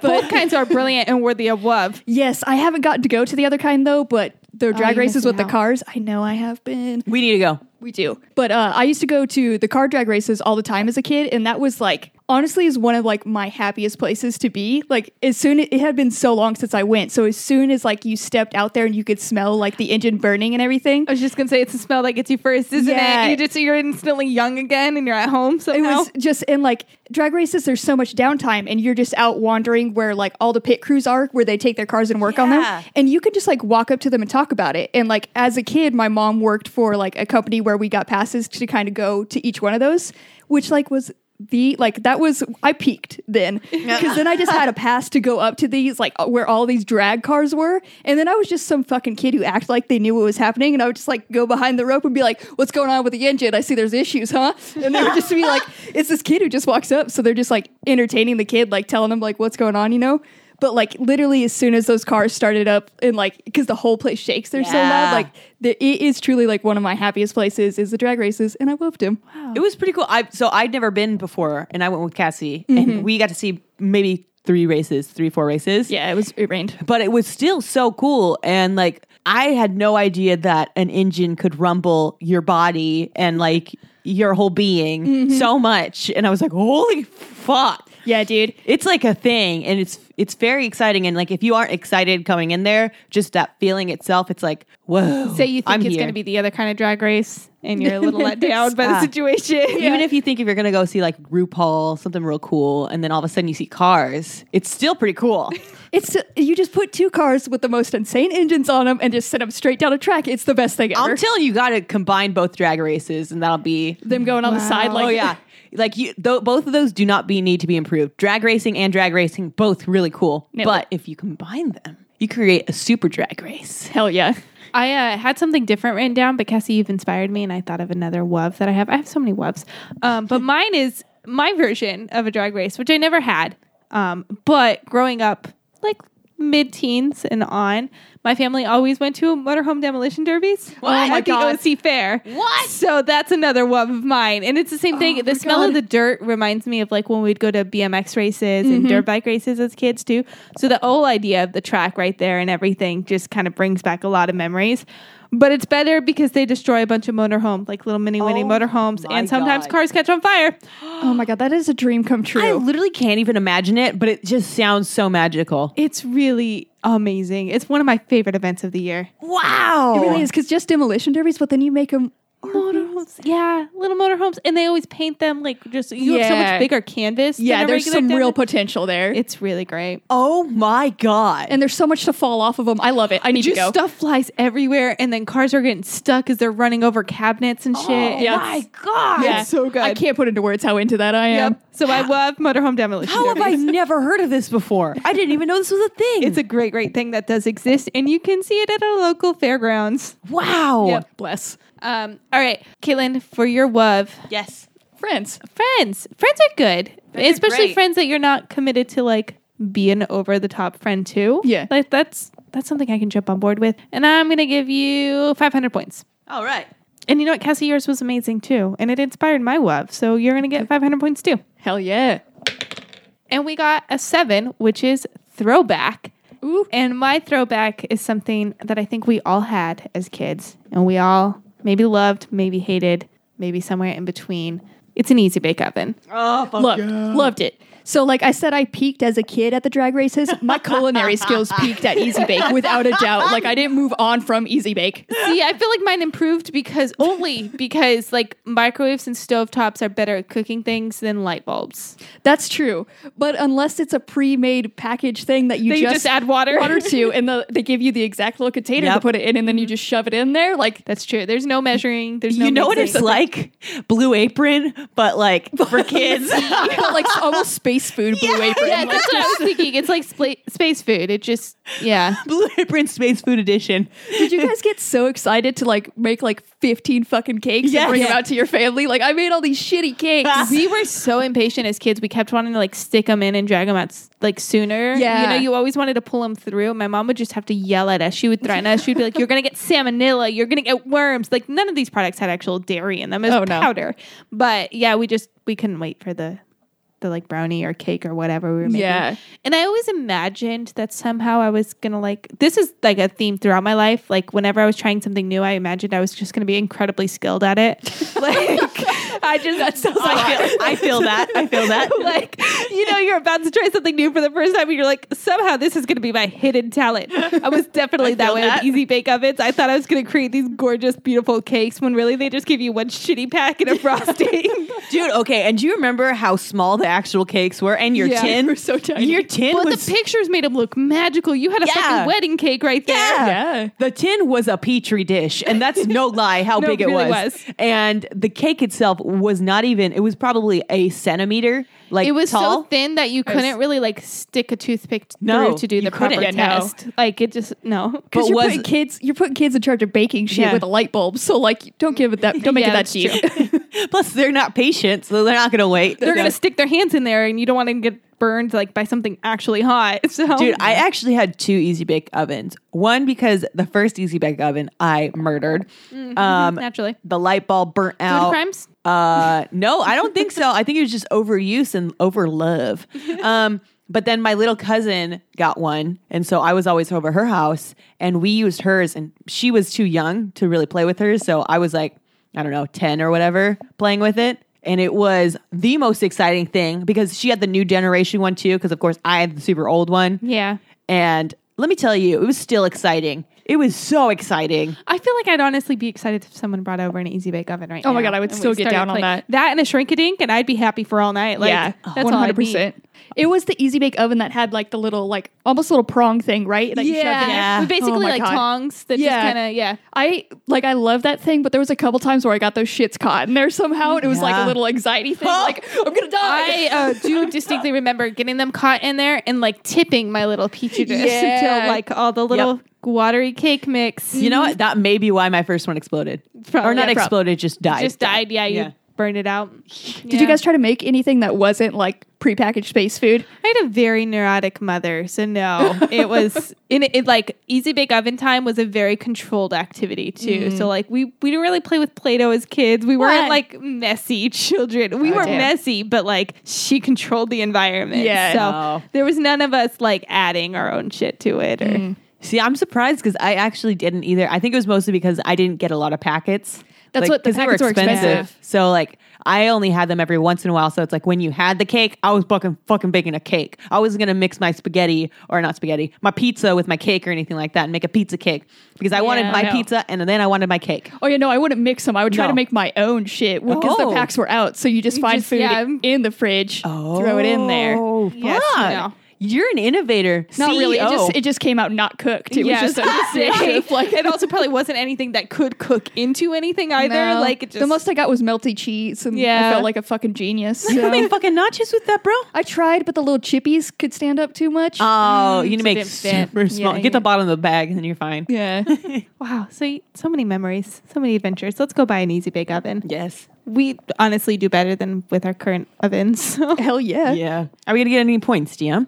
A: Both kinds are brilliant and worthy of love.
C: Yes, I haven't gotten to go to the other kind though, but the drag
A: you're
C: races with
A: missing out.
C: the cars, I know I have been.
B: We need to go.
C: We do. But uh, I used to go to the car drag races all the time as a kid, and that was like honestly is one of like my happiest places to be. Like as soon it had been so long since I went, so as soon as like you stepped out there and you could smell like the engine burning and everything,
A: I was just gonna say it's the smell that gets you first, isn't
C: Yeah.
A: it? You just you're instantly young again, and you're at home
C: it
A: somehow.
C: was just in like drag races. There's so much downtime, and you're just out wandering where like all the pit crews are, where they take their cars and work on
B: Yeah.
C: them, and you can just like walk up to them and talk about it. And like as a kid, my mom worked for like a company where we got passes to kind of go to each one of those, which like was the like that was I peaked then because then I just had a pass to go up to these like uh, where all these drag cars were, and then I was just some fucking kid who acted like they knew what was happening, and I would just like go behind the rope and be like, "What's going on with the engine? I see there's issues, huh?" And they would just be like, "It's this kid who just walks up," so they're just like entertaining the kid, like telling him like what's going on, you know. But like literally, as soon as those cars started up, and like because the whole place shakes, they're so
B: Yeah.
C: loud. Like the, it is truly like one of my happiest places is the drag races, and I loved him.
B: It was pretty cool. I so I'd never been before, and I went with Cassie, and we got to see maybe three races, three four races.
C: Yeah, it was. It rained.
B: but it was still so cool, and like I had no idea that an engine could rumble your body and like your whole being so much, and I was like, holy fuck.
C: Yeah, dude.
B: It's like a thing, and it's it's very exciting. And like, if you aren't excited coming in there, just that feeling itself, it's like, whoa.
A: Say you think
B: I'm
A: it's
B: here.
A: gonna be the other kind of drag race, and you're a little let down by the situation.
B: Even if you think if you're gonna go see like RuPaul, something real cool, and then all of a sudden you see cars, it's still pretty cool.
C: It's you just put two cars with the most insane engines on them and just send them straight down a track. It's the best thing ever.
B: I'm telling you, gotta combine both drag races, and that'll be.
C: them going on the side like
B: Oh yeah, like you. Th- both of those do not be need to be improved. Drag racing and drag racing, both really cool.
C: Nailed
B: but if you combine them, you create a super drag race.
C: hell yeah.
A: I uh, had something different written down, but Cassie, you've inspired me, and I thought of another wub that I have. I have so many wubs, um, but mine is my version of a drag race, which I never had. Um, but growing up, like mid-teens and on, my family always went to motorhome demolition derbies
C: Oh my
A: at the
C: God.
A: OC Fair.
B: What?
A: So that's another wub of mine, and it's the same thing. The smell of
C: God.
A: the dirt reminds me of like when we'd go to BMX races and dirt bike races as kids too. So the whole idea of the track right there and everything just kind of brings back a lot of memories. But it's better because they destroy a bunch of motorhome, like little mini mini
B: Oh
A: motorhomes,
B: my
A: and sometimes
B: God.
A: cars catch on fire.
C: Oh my god, that is a dream come
B: I
C: true.
B: literally can't even imagine it, but it just sounds so magical.
A: It's really amazing. It's one of my favorite events of the year.
B: Wow,
C: it really is because just demolition derbies, but then you make them.
A: Motorhomes, yeah, little motorhomes, and they always paint them like just you have so
C: Yeah.
A: much bigger canvas. than
C: Yeah,
A: a
C: there's
A: regular
C: some
A: demo-
C: real potential there,
A: It's really great.
B: Oh my god!
C: and there's so much to fall off of them. I love it. I need
A: just
C: to go.
A: stuff flies everywhere, and then cars are getting stuck as they're running over cabinets and shit.
B: oh
A: yeah.
B: my god!
C: Yeah,
A: It's so good.
C: I can't put into words how into that I am.
A: Yep. So I love motorhome demolition.
B: How have I
A: derbies.
B: never heard of this before? I didn't even know this was a thing.
A: It's a great, great thing that does exist, and you can see it at our local fairgrounds.
B: wow.
C: Yep. Bless
A: Um, all right, Caitlin, for your WUV,
B: Yes.
C: friends.
A: friends. Friends are good,
B: Friends are
A: especially
B: great.
A: friends that you're not committed to like being over the top friend to.
C: Yeah.
A: like that's that's something I can jump on board with, and I'm gonna give you 500 points.
B: All right.
A: And you know what, Cassie, yours was amazing too, and it inspired my WUV. So you're gonna get 500 points too.
C: Hell yeah.
A: And we got a seven, which is throwback.
C: Ooh.
A: And my throwback is something that I think we all had as kids, and we all maybe loved, maybe hated, maybe somewhere in between. It's an easy bake oven.
B: Oh, fuck
C: loved loved it. So like I said, I peaked as a kid at the drag races. My culinary skills peaked at Easy Bake without a doubt. Like I didn't move on from Easy Bake.
A: See, I feel like mine improved because only because like microwaves and stovetops are better at cooking things than light bulbs.
C: That's true, but unless it's a pre-made package thing that you
A: They
C: just,
A: just add water.
C: water to, and the, they give you the exact little container to
B: Yep.
C: put it in, and then you just shove it in there. Like
A: That's true. There's no measuring. There's no
B: you know what it's
A: mixing.
B: like? Blue Apron, but like for kids.
C: but like almost space food blue apron.
A: Yeah,
C: Like,
A: that's what I was thinking. It's like spla- space food. It just yeah.
B: Blue Apron Space Food Edition.
C: Did you guys get so excited to like make like fifteen fucking cakes
B: Yeah.
C: and bring them
B: Yeah.
C: out to your family? Like I made all these shitty cakes.
A: we were so impatient as kids. We kept wanting to like stick them in and drag them out s- like sooner.
C: Yeah.
A: You know, you always wanted to pull them through. My mom would just have to yell at us. She would threaten us. She'd be like, you're going to get salmonella. You're going to get worms. Like none of these products had actual dairy in them. It was
C: Oh, no.
A: powder. But yeah, we just, we couldn't wait for the, the like brownie or cake or whatever we were making.
C: Yeah.
A: And I always imagined that somehow I was going to like, this is like a theme throughout my life. Like whenever I was trying something new, I imagined I was just going to be incredibly skilled at it. like, I just that sounds like
B: I feel, I feel that. I feel that.
A: like you know you're about to try something new for the first time and you're like somehow this is going to be my hidden talent i was definitely
B: I
A: that
B: feel
A: way
B: that.
A: with easy bake ovens i thought i was going to create these gorgeous beautiful cakes when really they just give you one shitty packet of frosting
B: Dude, okay. And do you remember how small the actual cakes were? And your
C: Yeah, they
B: tin?
C: were so tiny.
B: Your tin
A: but
B: was.
A: the pictures made them look magical you had a
B: Yeah.
A: fucking wedding cake right there
B: yeah.
C: Yeah.
B: The tin was a petri dish, and that's no lie how
A: No,
B: big
A: it
B: it
A: really
B: was.
A: was.
B: And the cake itself was not even, it was probably a centimeter, like
A: it was
B: tall.
A: so thin that you couldn't really like stick a toothpick t-
B: No,
A: through to do
B: you
A: the proper
B: couldn't.
C: Yeah, no.
A: test. Like it just no.
C: Because
B: But
C: you're
B: was-
C: putting kids, you're putting kids in charge of baking shit
B: Yeah.
C: with a light bulb. So like, don't give it that. Don't make
A: Yeah,
C: it
A: that's
C: that cheap.
B: Plus, they're not patient, so they're not going to wait.
A: They're gonna
B: So-
A: stick their hands in there, and you don't want to get burned like by something actually hot. So
B: Dude, I actually had two Easy Bake ovens. One because the first Easy Bake oven I murdered. Um,
A: naturally.
B: the light bulb burnt
A: Mm-hmm. Food
B: out.
A: crimes?
B: Uh, no, I don't think so. I think it was just overuse and over love. Um, but then my little cousin got one, and so I was always over her house, and we used hers, and she was too young to really play with hers, so I was like, I don't know, ten or whatever, playing with it. And it was the most exciting thing because she had the new generation one too. Because of course I had the super old one.
A: Yeah.
B: And let me tell you, it was still exciting. It was so exciting.
A: I feel like I'd honestly be excited if someone brought over an easy bake oven right now.
C: Oh my God, I would
A: and we
C: still get
A: started
C: down on
A: playing-
C: that.
A: That and a shrink a dink, and I'd be happy for all night. Like, oh,
C: yeah,
A: that's all I need.
C: It was the Easy Bake oven that had like the little like almost little prong thing, right? That you shoved in
A: Yeah.
C: there.
B: Yeah.
A: But basically
C: Oh my
A: like
C: God.
A: tongs that
C: Yeah.
A: just kind of yeah.
C: I like I love that thing, but there was a couple times where I got those shits caught in there somehow, and it was like
B: Yeah.
C: a little anxiety thing, like I'm gonna die.
A: I uh, do distinctly remember getting them caught in there and like tipping my little peachy dish until
C: Yeah.
A: like all the little watery cake mix
B: You know what? That may be why my first one exploded.
A: Probably,
B: or not
A: Mm-hmm. yeah, prob-
B: exploded, just died.
A: just died. Yeah, you
B: Yeah.
A: burned it out.
C: Did you guys try to make anything that wasn't like prepackaged space food?
A: I had a very neurotic mother, so no, it was in it, like easy bake oven time was a very controlled activity too. So like we we didn't really play with Play-Doh as kids. We weren't
C: What?
A: like messy children. We
C: Oh,
A: were
C: damn.
A: messy, but like she controlled the environment.
C: Yeah.
A: so
B: Oh.
A: there was none of us like adding our own shit to it or.
B: See, I'm surprised because I actually didn't either. I think it was mostly because I didn't get a lot of packets.
C: That's what- the
B: 'cause
C: packets were expensive.
B: So like I only had them every once in a while. So it's like when you had the cake, I was fucking fucking baking a cake. I wasn't gonna mix my spaghetti or not spaghetti, my pizza with my cake or anything like that and make a pizza cake. Because I wanted
A: Yeah,
B: my
C: no.
B: pizza and then I wanted my cake.
C: Oh yeah, no, I wouldn't mix them. I would try
B: No.
C: to make my own shit because
B: Oh.
C: the packs were out. So you just find
A: just-
C: food
A: yeah.
C: in the fridge, throw it in there.
B: Oh,
A: Yes,
B: fuck.
A: no.
B: You're an innovator. E
C: Not
B: CEO.
C: really. It just it just came out not cooked. It
A: Yeah,
C: was
A: I was
C: just
A: gonna say,
C: a like
A: it also probably wasn't anything that could cook into anything either.
C: No.
A: Like it just
C: the most I got was melty cheese, and
A: Yeah.
C: I felt like a fucking genius.
B: You
C: so.
B: made fucking nachos with that, bro.
C: I tried, but the little chippies could stand up too much.
B: Oh, you need to
A: so
B: make
A: it didn't fit.
B: super small.
A: Yeah,
B: Get the
A: yeah.
B: bottom of the bag, and then you're fine.
C: yeah.
A: wow. So so many memories, so many adventures. Let's go buy an easy bake oven.
B: Yes.
A: we honestly do better than with our current ovens. So.
C: Hell yeah.
B: Yeah. Are we gonna get any points, DM?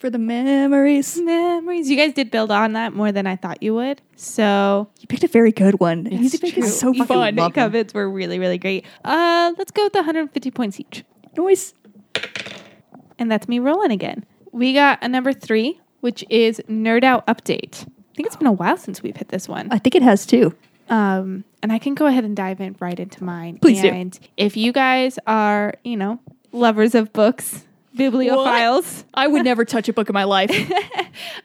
C: For the memories.
A: Memories. You guys did build on that more than I thought you would. So
C: You picked a very good one. Easy Bake
B: true.
C: is so
B: Easy
C: fun.
B: Bake.
A: bake ovens were really, really great. Uh, let's go with the 150 points each.
C: Noise.
A: And that's me rolling again. We got a number three, which is Nerd Out Update. I think it's been a while since we've hit this one.
C: I think it has too.
A: Um, and I can go ahead and dive in right into mine.
C: Please do.
A: and if you guys are, you know, lovers of books, bibliophiles,
C: I would never touch a book in my life.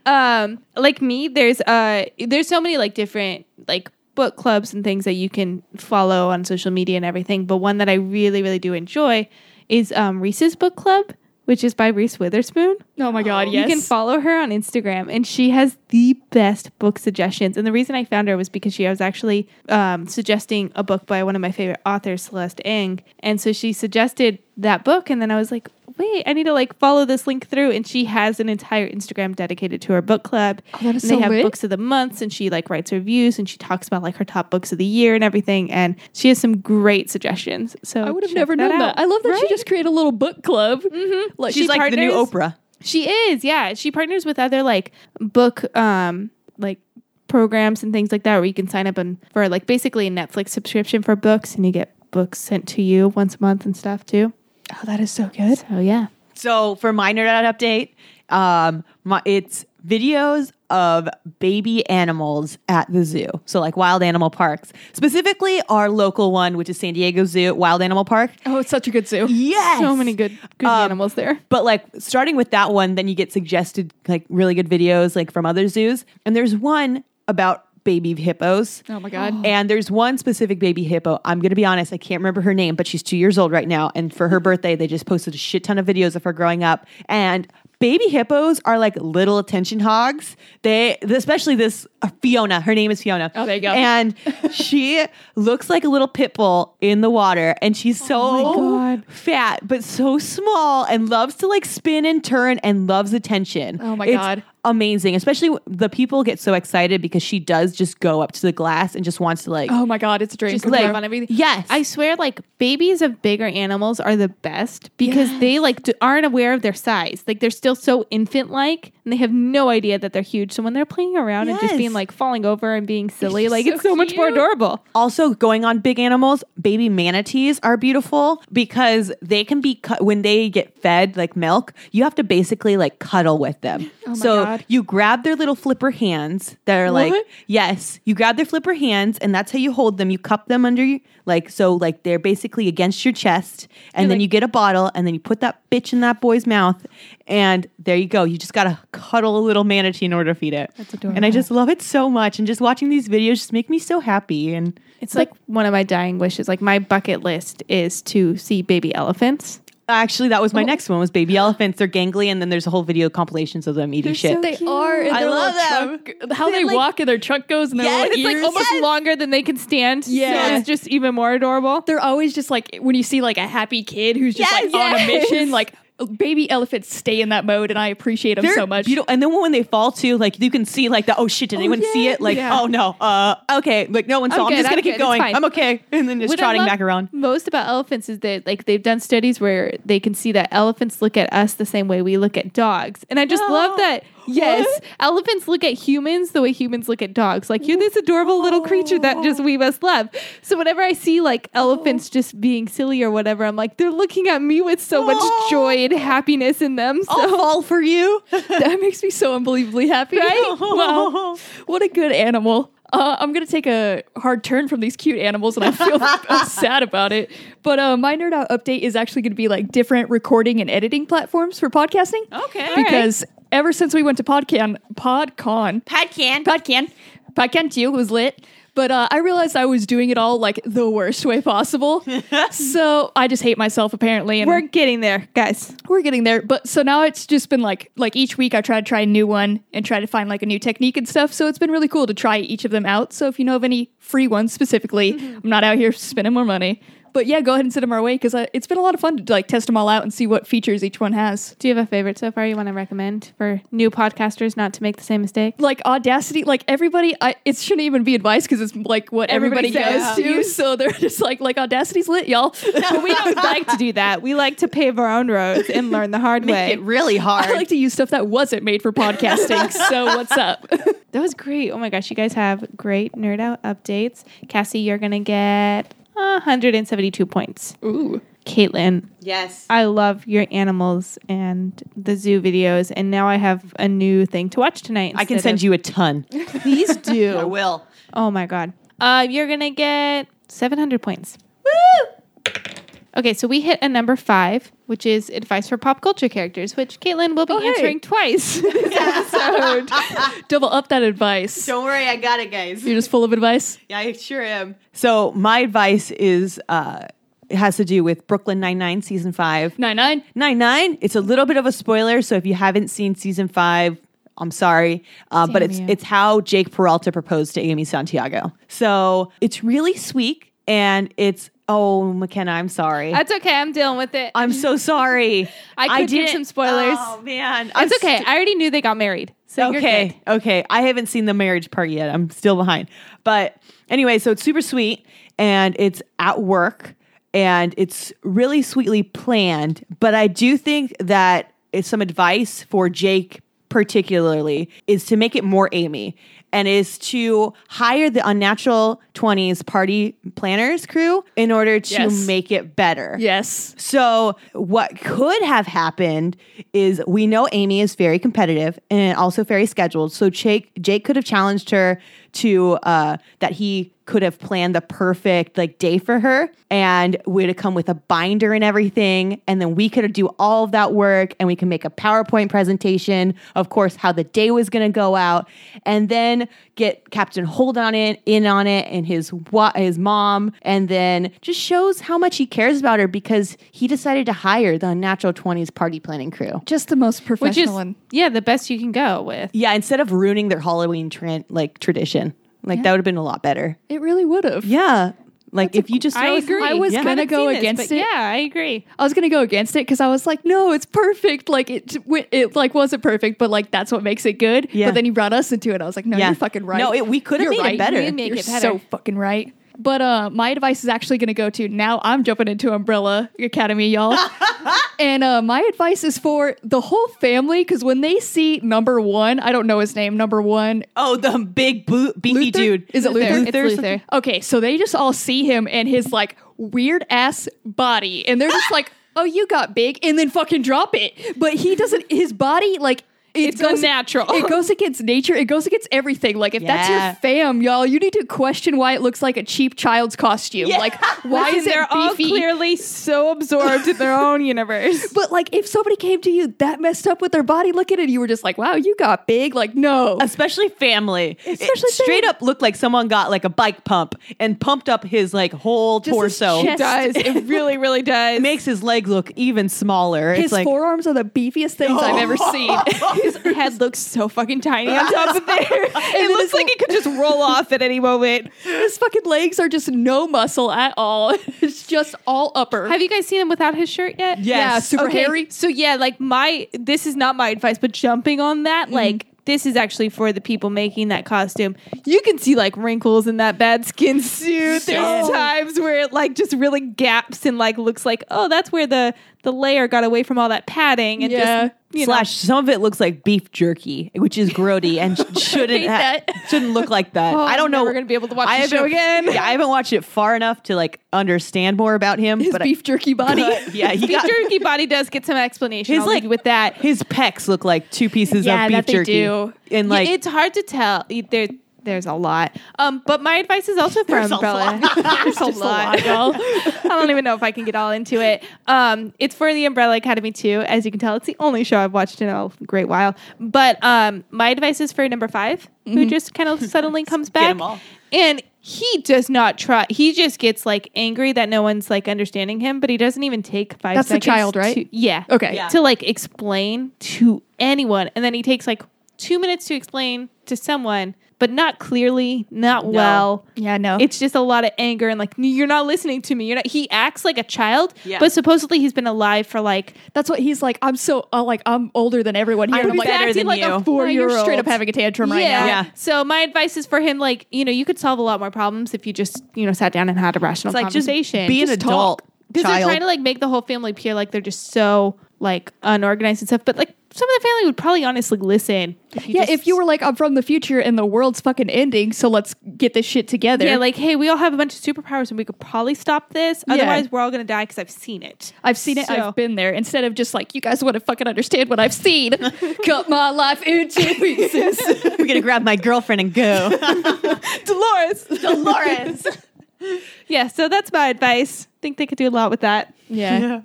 A: um like me there's uh there's so many like different like book clubs and things that you can follow on social media and everything but one that i really really do enjoy is um reese's book club which is by reese witherspoon
C: oh my god, yes.
A: you can follow her on Instagram, and she has the best book suggestions. And the reason I found her was because she was actually um, suggesting a book by one of my favorite authors, Celeste Ng. And so she suggested that book, and then I was like, wait, I need to like follow this link through. And she has an entire Instagram dedicated to her book club.
C: Oh, that is
A: and they
C: so
A: have
C: lit.
A: books of the months, and she like writes reviews, and she talks about like her top books of the year and everything. And she has some great suggestions. So
C: I would have
A: check
C: never known
A: out.
C: that. I love that she
A: Right?
C: just created a little book club. Mm-hmm. Like
B: She's like the new
A: partners?
B: Oprah.
A: She is, yeah. She partners with other like book um like programs and things like that where you can sign up and for like basically a Netflix subscription for books and you get books sent to you once a month and stuff too.
C: oh, that is so good.
A: So yeah.
B: So for my nerd out update, um, my, it's videos of baby animals at the zoo. So, like wild animal parks, specifically our local one, which is San Diego Zoo Wild Animal Park.
C: Oh, it's such a good zoo.
B: Yes.
A: So many good good
B: Um,
A: animals there.
B: But like starting with that one, then you get suggested like really good videos like from other zoos. And there's one about baby hippos.
C: Oh my god.
B: And there's one specific baby hippo. I'm going to be honest, I can't remember her name, but she's two years old right now. And for her birthday, they just posted a shit ton of videos of her growing up. And baby hippos are like little attention hogs. They, especially this uh, Fiona, her name is Fiona.
C: Oh, there you go.
B: And she looks like a little pit bull in the water. And
C: Oh
B: she's so
A: my God.
B: fat, but so small and loves to like spin and turn and loves attention.
C: Oh my
B: It's
C: God.
B: Amazing, especially w- the people get so excited because she does just go up to the glass and just wants to like
C: Oh my god, it's a dream.
A: Just
C: come true.
A: like- on everything.
B: Yes,
A: I swear, like babies of bigger animals are the best because they like d- aren't aware of their size. Like they're still so infant-like, and they have no idea that they're huge. So when they're playing around and just
B: Yes.
A: being like falling over and being silly, like it's so much more
C: cute.
A: adorable.
B: also going on big animals. Baby manatees are beautiful because they can be cut when they get fed like milk. You have to basically like cuddle with them.
C: Oh my
B: so
C: God.
B: you grab their little flipper hands that are like
A: What?
B: yes, you grab their flipper hands and that's how you hold them. You cup them under you like so like they're basically against your chest and then
A: like-
B: you get a bottle and then you put that bitch in that boy's mouth and there you go. You just got to cuddle a little manatee in order to feed it.
A: That's adorable.
B: And I just love it so much and just watching these videos just make me so happy and
A: It's like one of my dying wishes. Like my bucket list is to see baby elephants.
B: Actually, that was
A: Oh.
B: my next one was baby elephants. They're gangly, and then there's a whole video compilations of them eating shit.
C: They are. And
B: I
C: their
B: love
C: little trunk- how they
B: like-
C: walk and their trunk goes and their
B: Yes,
C: little
B: it's like
C: ears.
B: almost-
A: Almost
B: Yes.
A: longer than they can stand.
C: Yeah.
A: So it's just even more adorable.
C: They're always just like when you see like a happy kid who's just
B: Yes,
C: like on a
B: yes.
C: mission. Like baby elephants stay in that mode, and I appreciate them
B: They're
C: so much.
B: beautiful. And then when they fall too, like you can see, like the oh shit, did anyone see
C: yeah,
B: it? Like
A: yeah.
B: oh no, uh, okay, like no one saw. I'm
A: good,
B: just
A: I'm
B: gonna keep
A: good, it's
B: going.
A: fine.
B: I'm okay, and then just
A: What I
B: trotting
A: love
B: back around.
A: Most about elephants is that like they've done studies where they can see that elephants look at us the same way we look at dogs, and I just love that. Yes, elephants look at humans the way humans look at dogs. Like you're this adorable little creature that just we must love. So whenever I see like elephants just being silly or whatever, I'm like they're looking at me with so
B: Oh.
A: much joy and happiness in them. So
B: I'll fall for you.
C: that makes me so unbelievably happy.
A: Right?
C: Wow. What a good animal. Uh, I'm gonna take a hard turn from these cute animals, and I feel sad about it. But uh, my nerd out update is actually gonna be like different recording and editing platforms for podcasting.
B: Okay. All right.
C: Because ever since we went to PodCon, PodCon,
B: Pat can.
C: PodCon, PodCon too was lit. But uh, I realized I was doing it all like the worst way possible. so I just hate myself apparently. And
A: we're getting there, guys.
C: we're getting there but so now it's just been like like each week i try to try a new one and try to find like a new technique and stuff so it's been really cool to try each of them out so if you know of any free ones specifically i'm not out here spending more money but yeah go ahead and send them our way because it's been a lot of fun to like test them all out and see what features each one has
A: Do you have a favorite so far you want to recommend for new podcasters not to make the same mistake?
C: like audacity like everybody I, it shouldn't even be advice because it's like what everybody,
A: Everybody
C: goes
A: says.
C: to so they're just like like audacity's lit y'all
A: we don't like to do that. We like to pave our own roads and learn the hard way.
B: It really hard.
C: i like to use stuff that wasn't made for podcasting so what's up
A: That was great. Oh my gosh, you guys have great nerd out updates. Cassie, you're gonna get 172 points.
C: ooh
A: Caitlin,
B: yes.
A: I love your animals and the zoo videos, and now I have a new thing to watch tonight.
B: I can
A: instead
B: send
A: of-
B: you a ton.
A: Please
B: I
A: do.
B: will.
A: oh my god. Uh, you're gonna get 700 points.
B: Woo!
A: Okay, so we hit a number five, which is advice for pop culture characters, which Caitlin will be
C: Oh, hey.
A: answering twice this episode.
C: double up that advice
B: Don't worry, I got it, guys.
C: You're just full of advice.
B: Yeah, I sure am. So my advice is uh, it has to do with Brooklyn Nine Nine season five.
C: Nine nine.
B: Nine Nine. It's a little bit of a spoiler, so if you haven't seen season five, I'm sorry, uh, but it's
A: you.
B: it's how Jake Peralta proposed to Amy Santiago. So it's really sweet, and it's oh McKenna, I'm sorry.
A: That's okay. I'm dealing with it.
B: I'm so sorry.
A: I could do
B: didn't-
A: some spoilers.
B: Oh man, I'm
A: It's okay. I already knew they got married. So
B: okay,
A: you're good.
B: okay. I haven't seen the marriage part yet. I'm still behind. But anyway, so it's super sweet and it's at work and it's really sweetly planned. But I do think that it's some advice for Jake particularly is to make it more Amy. and is to hire the unnatural 20s party planners crew in order to
C: Yes.
B: make it better.
C: Yes.
B: So, what could have happened is we know Amy is very competitive and also very scheduled. So, Jake, Jake could have challenged her to uh, that he could have planned the perfect like day for her and would have come with a binder and everything and then we could do all of that work and we can make a powerpoint presentation of course how the day was going to go out and then get captain hold on it in on it and his wa- his mom and then just shows how much he cares about her because he decided to hire the unnatural 20s party planning crew
C: Just the most professional
A: Which is
C: one.
A: yeah, the best you can go with.
B: yeah instead of ruining their halloween tran like tradition like that would have been a lot better
C: It really would have.
B: yeah like if you just
A: I
B: chose-
A: agree.
C: I was
A: Yeah.
C: gonna
A: Haven't
C: go
A: seen this,
C: against
A: but
C: it.
A: Yeah, I agree.
C: I was gonna go against it because I was like, no, it's perfect. Like it, it like wasn't perfect, but like that's what makes it good.
B: Yeah.
C: But then he brought us into it. I was like, no,
B: Yeah.
C: you're fucking right.
B: No, it- we could have
C: You're
B: made it
C: right.
B: better.
A: We made
C: You're
A: it better.
C: so fucking right. But uh, my advice is actually gonna go to now. I'm jumping into Umbrella Academy, y'all. and uh, my advice is for the whole family because when they see number one, I don't know his name. Number one,
B: oh the big bo- beefy
C: Luther?
B: dude
C: Is it
A: Luther.
C: Luther?
A: It's Luther.
B: something?
C: Okay, so they just all see him and his like weird ass body, and they're just like, "Oh, you got big," and then fucking drop it. But he doesn't. His body like it
A: It's
C: goes
A: unnatural.
C: It goes against nature. It goes against everything. Like if that's
B: Yeah.
C: your fam, y'all, you need to question why it looks like a cheap child's costume.
B: Yeah.
C: Like why
A: Listen,
C: is it
A: they're all
C: beefy?
A: clearly so absorbed in their own universe.
C: But like if somebody came to you that messed up with their body looking and you were just like, "Wow, you got big." Like no,
B: especially family. Especially
C: Especially
B: straight
C: family.
B: up looked like someone got like a bike pump and pumped up his like whole
C: Just his
B: torso.
A: It
C: chest.
A: does. It really, really does.
B: Makes his leg look even smaller.
C: his
B: it's like
C: forearms are the beefiest things I've ever seen.
A: His head looks so fucking tiny on top of there. it looks like it could just roll off at any moment.
C: His fucking legs are just no muscle at all. It's just all upper.
A: Have you guys seen him without his shirt yet?
C: yeah,
B: Yes.
C: super
A: Okay,
C: hairy.
A: So yeah, like my this is not my advice, but jumping on that, like this is actually for the people making that costume. You can see like wrinkles in that bad skin suit. There's
C: So-
A: times where it like just really gaps and like looks like oh that's where the the layer got away from all that padding and
C: Yeah.
A: just you know,
B: slash some of it looks like beef jerky, which is grody and sh- shouldn't
C: hate
B: ha-
C: that.
B: shouldn't look like that.
A: Oh,
B: I don't
A: I'm
B: know.
A: never gonna be able to watch
B: I
A: the
B: haven't-
A: show again.
B: Yeah, I haven't watched it far enough to like understand more about him.
C: His
B: but I-
C: beef jerky body.
B: but, yeah, he
A: Beef
B: got
A: jerky body does get some explanation.
B: His,
A: I'll leave
B: like-
A: you with that.
B: his pecs look like two pieces
C: Yeah,
B: of beef
C: that they
B: jerky.
C: do.
B: And
A: Yeah,
B: like
A: it's hard to tell. Y- There, there's a lot. Um, but my advice is also for
B: There's a
A: umbrella. there's a
C: Just a lot, y'all.
A: I don't even know if I can get all into it. Um, it's for the Umbrella Academy too. As you can tell, it's the only show I've watched in a great while. But um, my advice is for number 5 who just kind of suddenly comes back.
B: 'em all.
A: And he does not try. He just gets like angry that no one's like understanding him, but he doesn't even take five
C: That's the
A: seconds
C: child, right?
A: to- yeah.
C: Okay. Yeah.
A: To like explain to anyone. And then he takes like two minutes to explain to someone, but not clearly, not well.
C: Yeah, no.
A: It's just a lot of anger and like, you're not listening to me. You're not he acts like a child,
B: Yeah.
A: but supposedly he's been alive for like
C: That's what he's like. I'm so uh, like I'm older than everyone here.
B: I'm
C: and I'm like,
B: better
A: acting
B: than
A: like
B: you.
A: a
B: Yeah,
A: four
C: "Nah,
A: year
C: you're
A: old.
C: straight up having a tantrum right now.
B: Yeah.
A: So my advice is for him, like, you know, you could solve a lot more problems if you just, you know, sat down and had a rational
B: it's like just be
A: conversation.
B: an
C: Just talk.
B: adult.
A: because they're
B: child.
A: trying to like make the whole family appear like they're just so like unorganized and stuff. But like some of the family would probably honestly listen.
C: Yeah, if you were like, I'm from the future and the world's fucking ending, so let's get this shit together.
A: yeah, like hey, we all have a bunch of superpowers and we could probably stop this.
C: Yeah.
A: Otherwise, we're all gonna die because I've seen it.
C: I've seen it.
A: So-
C: I've been there. Instead of just like, you guys want to fucking understand what I've seen, cut my life into pieces.
B: We're gonna grab my girlfriend and go.
A: Dolores, Dolores. yeah, so that's my advice. Think they could do a lot with that.
C: yeah.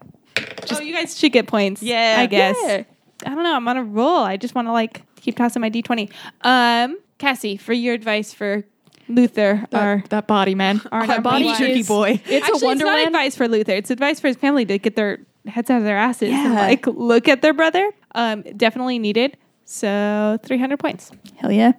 A: oh, you guys should get points.
B: Yeah.
A: I guess.
C: Yeah.
A: I don't know. I'm on a roll. I just want to like keep tossing my d20. Um, Cassie, for your advice for Luther, our
C: That, that body, man.
A: Our
C: that
A: number
C: body
A: one.
B: Jerky
C: is-
B: boy.
C: It's
A: Actually,
C: a wonderland.
A: It's not advice for Luther. It's advice for his family to get their heads out of their asses and
B: Yeah.
A: like look at their brother. Um, definitely needed. So 300 points.
C: Hell yeah.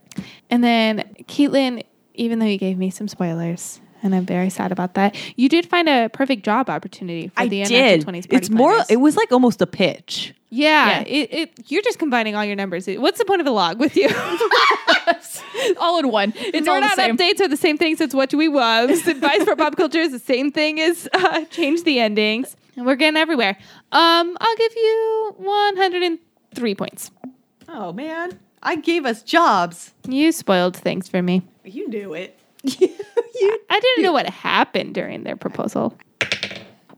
A: And then Caitlin, even though you gave me some spoilers, and I'm very sad about that, you did find a perfect job opportunity for
B: I
A: the
B: did.
A: Twenties.
B: It's more. It was like almost a pitch.
A: Yeah,
C: Yeah.
A: It, it, you're just combining all your numbers. It- What's the point of a log with you?
C: all in one. It's all
A: Nerd
C: the
A: Out
C: same.
A: updates are the same things. It's what we love. Advice for pop culture is the same thing as uh, change the endings. And we're getting everywhere. Um, I'll give you 103 points.
B: Oh man, I gave us jobs.
A: You spoiled things for me.
B: You knew it.
A: I didn't know what happened during their proposal.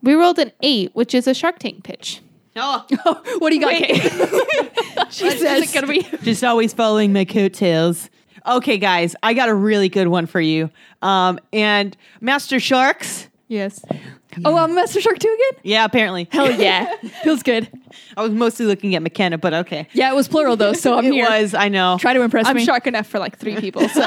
A: We rolled an eight, which is a Shark Tank pitch.
B: Oh,
C: what do you got, Kate?
A: She says, "Is it gonna be?"
B: just always following my coattails. Okay, guys, I got a really good one for you. Um, and Master Sharks.
A: Yes.
C: Oh,
B: um,
C: I'm Master Shark 2 again?
B: Yeah, apparently.
A: Oh,
C: Hell yeah. Feels good.
B: I was mostly looking at McKenna, but okay.
C: Yeah, it was plural though, so I'm
B: it
C: here.
B: was, I know.
C: Try to impress
A: I'm
C: me.
A: shark enough for like three people. So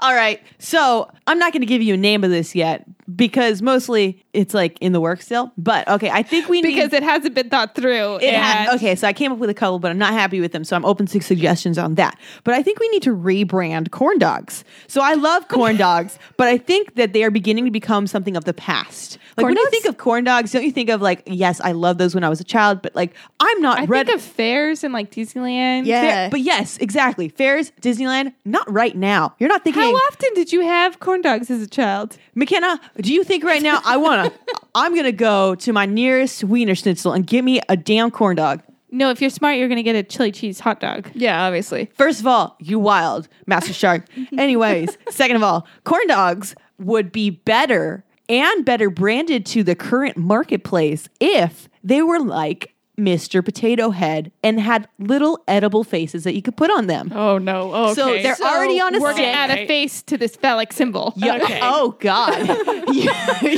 B: All right. So I'm not going to give you a name of this yet because mostly it's like in the work still. But okay, I think we need.
A: because it hasn't been thought through.
B: It had,
A: and-
B: okay, so I came up with a couple, but I'm not happy with them. So I'm open to suggestions on that. But I think we need to rebrand corn dogs. So I love corn dogs, but I think that they are beginning to become something of the past. Like
C: Corn
B: when you
C: dogs?
B: think of corn dogs, don't you think of like, yes, I love those when I was a child, but like I'm not
A: I
B: red.
A: think of fairs and like Disneyland.
C: Yeah.
B: Fair- but yes, exactly. Fairs, Disneyland, not right now. You're not thinking.
A: How often did you have corn dogs as a child?
B: McKenna, do you think right now I wanna I'm gonna go to my nearest wiener schnitzel and get me a damn corn dog?
A: No, if you're smart, you're gonna get a chili cheese hot dog.
C: yeah, obviously.
B: First of all, you wild, Master Shark. Anyways, second of all, corn dogs would be better and better branded to the current marketplace if they were like Mr. Potato Head and had little edible faces that you could put on them.
C: Oh no. Oh,
B: So they're already on a
A: We're gonna
B: stick.
A: add a face to this phallic symbol.
B: Yeah.
C: Okay.
B: Oh God.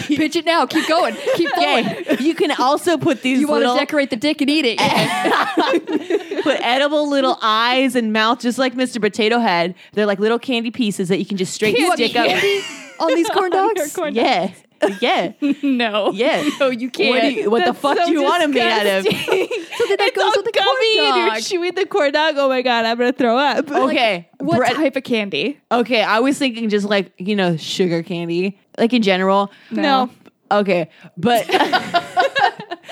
C: pitch it now. Keep going. Keep going.
B: Okay. You can also put these
C: You want to
B: little
C: decorate the dick and eat it. Yeah.
B: put edible little eyes and mouth just like Mr. Potato Head. They're like little candy pieces that you can just straight
C: You want
B: stick
C: candy on these corn
A: On your
C: dogs?
A: corn
B: up. Yeah. Yeah.
A: No.
B: Yeah.
C: No, you can't.
B: What, do you, what the
A: That's
B: fuck
A: so
B: do you want them made out of?
A: disgusting.
C: so then that
A: It's
C: goes
A: all
C: with the corn
A: gummy and
C: dog. Oh,
A: you're chewing the corn dog. Oh my god, I'm gonna throw up.
B: Okay.
C: what
B: bread-
C: type of candy?
B: okay. I was thinking just like, you know, sugar candy, like in general.
A: No.
B: Okay. But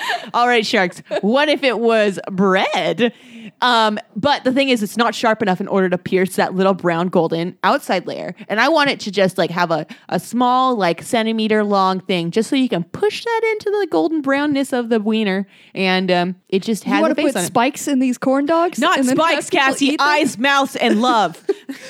B: all right, sharks. What if it was bread? Um, but the thing is, it's not sharp enough in order to pierce that little brown golden outside layer. And I want it to just like have a, a small, like centimeter long thing, just so you can push that into the golden brownness of the wiener. And um, it just
C: You
B: has
C: want
B: a
C: to
B: face
C: put
B: on it.
C: spikes in these corn dogs?
B: Not
C: and then have
B: spikes,
C: people
B: Cassie.
C: eat them?
B: Eyes, mouths, and love.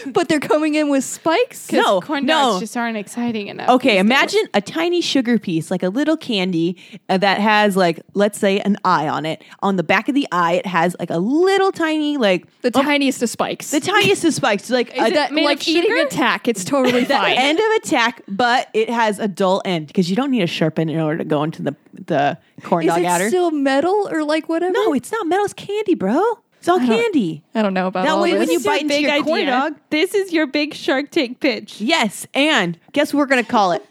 C: But they're coming in with spikes?
B: No,
A: corn
B: no.
A: dogs just aren't exciting enough.
B: Okay,
A: these
B: imagine a tiny sugar piece, like a little candy uh, that has, like, let's say an eye on it. On the back of the eye, it has, like, a little tiny, like,
C: The tiniest of spikes. Uh,
B: the tiniest of spikes, like a,
A: it
C: that,
A: made of
C: like eating
A: sugar?
C: a tack. It's totally
B: the
C: fine.
B: end of a tack, but it has a dull end because you don't need a sharp end in order to go into the, the corn
C: Is
B: dog
C: it
B: adder.
C: still metal or like whatever?
B: no, it's not metal, it's candy, bro. It's all candy.
C: I don't know about
B: That
C: all
B: way
C: this.
B: when
A: This
B: you
A: is your
B: bite into
A: big
B: your corn
A: idea.
B: dog-
A: This is your big Shark Tank pitch.
B: Yes, and guess what we're gonna call it?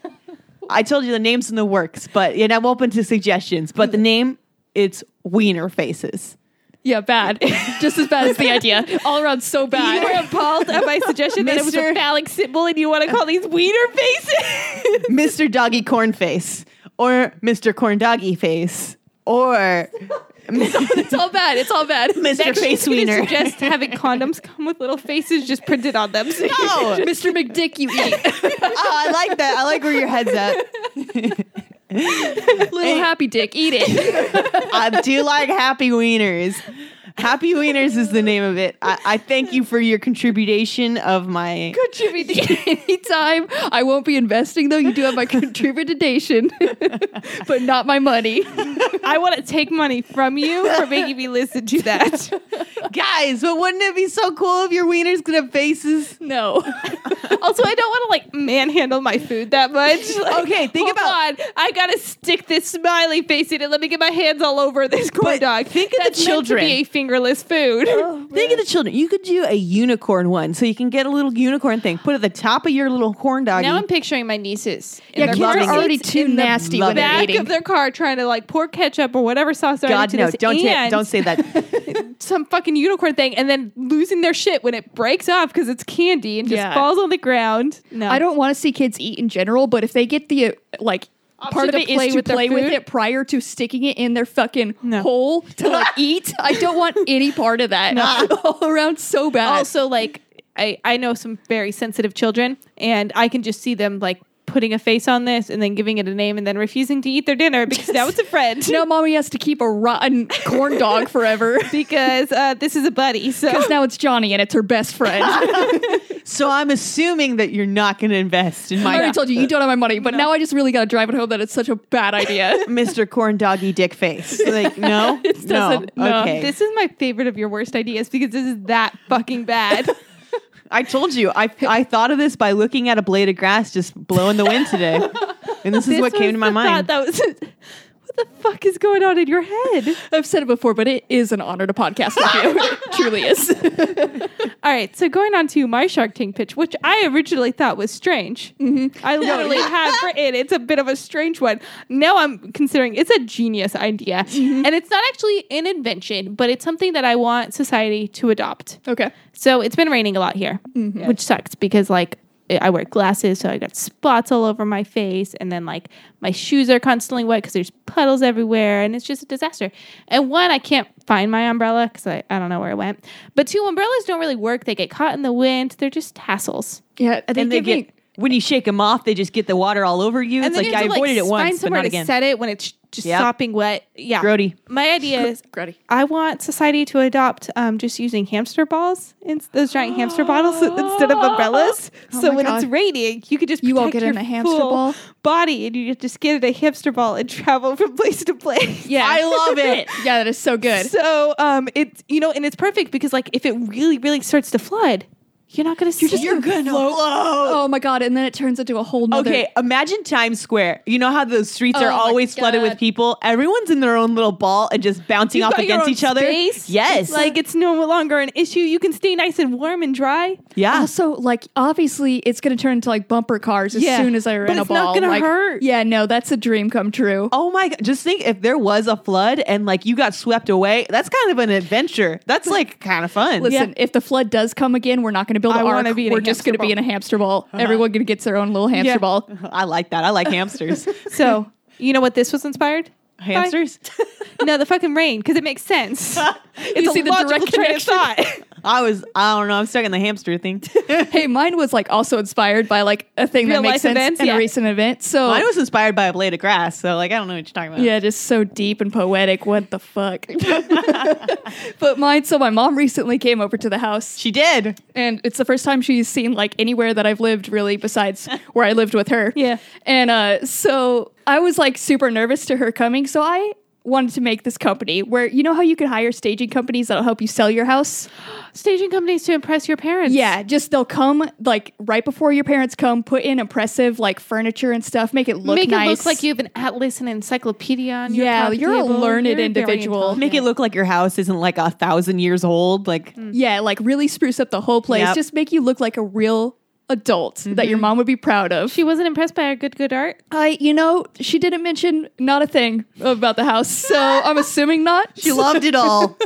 B: I told you the name's in the works, but and I'm open to suggestions. But the name, it's Wiener Faces.
C: yeah, bad. Just as bad as the idea. All around so
A: You were
C: bad.
A: appalled at my suggestion that it was a
B: Mister-
A: phallic symbol, and you want to call these wiener faces?
B: Mr. Doggy Corn Face, or Mr. Corn Doggy Face, or
C: It's all bad. It's all bad.
B: Mr. Face Wiener.
A: Just having condoms come with little faces just printed on them. So you-
B: oh,
C: Mr. McDick, you eat.
B: oh, I like that. I like where your head's at.
C: Little happy dick, eat it.
B: I do like Happy Wieners. Happy Wieners is the name of it. I, I thank you for your contribution of my.
C: Anytime. I won't be investing though. You do have my contribution, but not my money.
A: I want to take money from you for making me listen to that.
B: Guys, but wouldn't it be so cool if your wieners could have faces?
C: No.
A: Also, I don't want to like manhandle my food that much. Like,
B: Okay, think
A: hold
B: about-
A: on. I gotta stick this smiley face in it. Let me get my hands all over this corn
B: But
A: dog.
B: think of the
A: That's meant
B: children.
A: to be a fingerless food.
C: Oh.
B: Think of the children. You could do a unicorn one, so you can get a little unicorn thing. Put it at the top of your little corn dog.
A: Now I'm picturing my nieces. in
C: yeah,
A: their
C: kids
B: loving
C: are
B: it.
A: car
C: already
A: seats
C: too
B: in the
C: nasty when
B: loving
C: they're
A: back
C: eating.
A: of their car trying to like pour ketchup or whatever sauce they're
B: God
A: into
B: no!
A: this
B: Don't ta-
A: and
B: don't say that.
A: some fucking unicorn thing and then losing their shit when it breaks off because it's candy and just
C: Yeah.
A: falls on the ground. No,
C: I don't want to see kids eat in general, but if they get the uh, like part of
A: to
C: it
A: play
C: is to
A: with their
C: play with
A: food?
C: it prior to sticking it in their fucking
A: No.
C: hole to like eat. I don't want any part of that. All around so bad.
A: also like I I know some very sensitive children and I can just see them like putting a face on this and then giving it a name and then refusing to eat their dinner because now it's a friend.
C: now mommy has to keep a rotten corn dog forever.
A: Because uh, this is a buddy. So
C: Because now it's Johnny and it's her best friend. I
B: So I'm assuming that you're not going to invest in my
C: already told you, you don't have my money, but now I just really got to drive it home that it's such a bad idea.
B: Mr. Corn Doggy Dick Face. Like, no,
C: It doesn't- no.
B: Okay.
A: this is my favorite of your worst ideas because this is that fucking bad.
B: I told you, I, I thought of this by looking at a blade of grass just blowing the wind today. And this, is what
A: was
B: came to my
A: the thought
B: mind.
A: That was what the fuck is going on in your head?
C: I've said it before, but it is an honor to podcast with you. It truly is.
A: All right, so going on to my Shark Tank pitch, which I originally thought was strange. I literally had written it's a bit of a strange one. Now I'm considering it's a genius idea, and it's not actually an invention, but it's something that I want society to adopt.
C: Okay.
A: So it's been raining a lot here, which sucks because like I- I wear glasses, so I got spots all over my face, and then like my shoes are constantly wet because there's puddles everywhere, and it's just a disaster. And one, I can't find my umbrella because I, I don't know where it went. But two, umbrellas don't really work; they get caught in the wind. They're just tassels.
C: Yeah. I
B: And they get, when you shake them off, they just get the water all over you. it's
A: then
B: like,
A: you
B: I
A: have to,
B: avoided it
A: Find
B: once, but
A: somewhere
B: not
A: to
B: again.
A: set it when it's just
B: Yep.
A: sopping wet. Yeah,
B: Grody.
A: My idea is
C: Grody.
A: I want society to adopt um, just using hamster balls, in those giant hamster bottles instead of umbrellas.
C: Oh
A: so
C: my
A: when it's
C: God.
A: raining, you could just
C: You all
A: protect
C: get in
A: your
C: a hamster
A: full
C: ball?
A: body, and you just get in a hamster ball and travel from place to place.
C: Yeah.
B: I love it.
C: yeah, that is so good.
A: So um, it's you know, and it's perfect because like if it really, really starts to flood, you're not gonna see.
B: You're going to blow.
C: oh my God. And then it turns into a whole nother.
B: Okay, imagine Times Square. You know how those streets
C: Oh
B: are
C: my
B: always flooded
C: God.
B: with people? Everyone's in their own little ball and just bouncing
A: You've
B: off
A: got your
B: against
A: own
B: each other.
A: space.
B: Yes.
A: like it's no longer an issue. You can stay nice and warm and dry.
B: yeah.
C: Also, like obviously, it's going to turn into like bumper cars as
A: Yeah.
C: soon as I
A: But
C: run a
A: it's not
C: ball.
A: gonna
C: like,
A: hurt.
C: Yeah, no, that's a dream come true.
B: Oh my god, just think if there was a flood and like you got swept away, that's kind of an adventure. That's like kind of fun.
C: Listen, if the flood does come again, we're not going to build
A: I
C: an
A: wanna
C: ark.
A: be in a
C: We're just
A: hamster Uh-huh.
C: going to be in a hamster ball. Everyone going to get their own little hamster
A: Yeah.
C: ball.
B: I like that. I like hamsters.
A: So you know what this was inspired? by?
B: hamsters?
A: No, the fucking rain because it makes sense. it's
C: You
A: a
C: see the
A: logical
C: direct
A: train of thought.
B: I was I don't know, I'm stuck in the hamster thing.
C: hey, mine was like also inspired by like a thing
A: Real
C: that
A: life
C: makes sense
A: events,
C: in
A: yeah.
C: a recent event. So
B: Mine was inspired by a blade of grass, so like I don't know what you're talking about.
C: Yeah, just so deep and poetic. What the fuck? but mine, so my mom recently came over to the house,
B: She did.
C: and it's the first time she's seen like anywhere that I've lived, really, besides where I lived with her.
A: Yeah.
C: And uh, so I was like super nervous to her coming. So I wanted to make this company where you know how you can hire staging companies that'll help you sell your house?
A: Staging companies to impress your parents.
C: Yeah, just they'll come like right before your parents come, put in impressive like furniture and stuff, make it look
A: Make
C: nice.
A: it look like you have an atlas and encyclopedia on your
C: Yeah,
A: coffee
C: you're a
A: table.
C: learned
A: You're very
C: individual.
A: intelligent.
B: Make it look like your house isn't like a thousand years old. Like
C: Yeah, like really spruce up the whole place.
B: Yep.
C: Just make you look like a real adult that your mom would be proud of.
A: She wasn't impressed by our good, good art.
C: Mm-hmm. I, you know, she didn't mention not a thing about the house, so I'm assuming not.
B: she loved it all.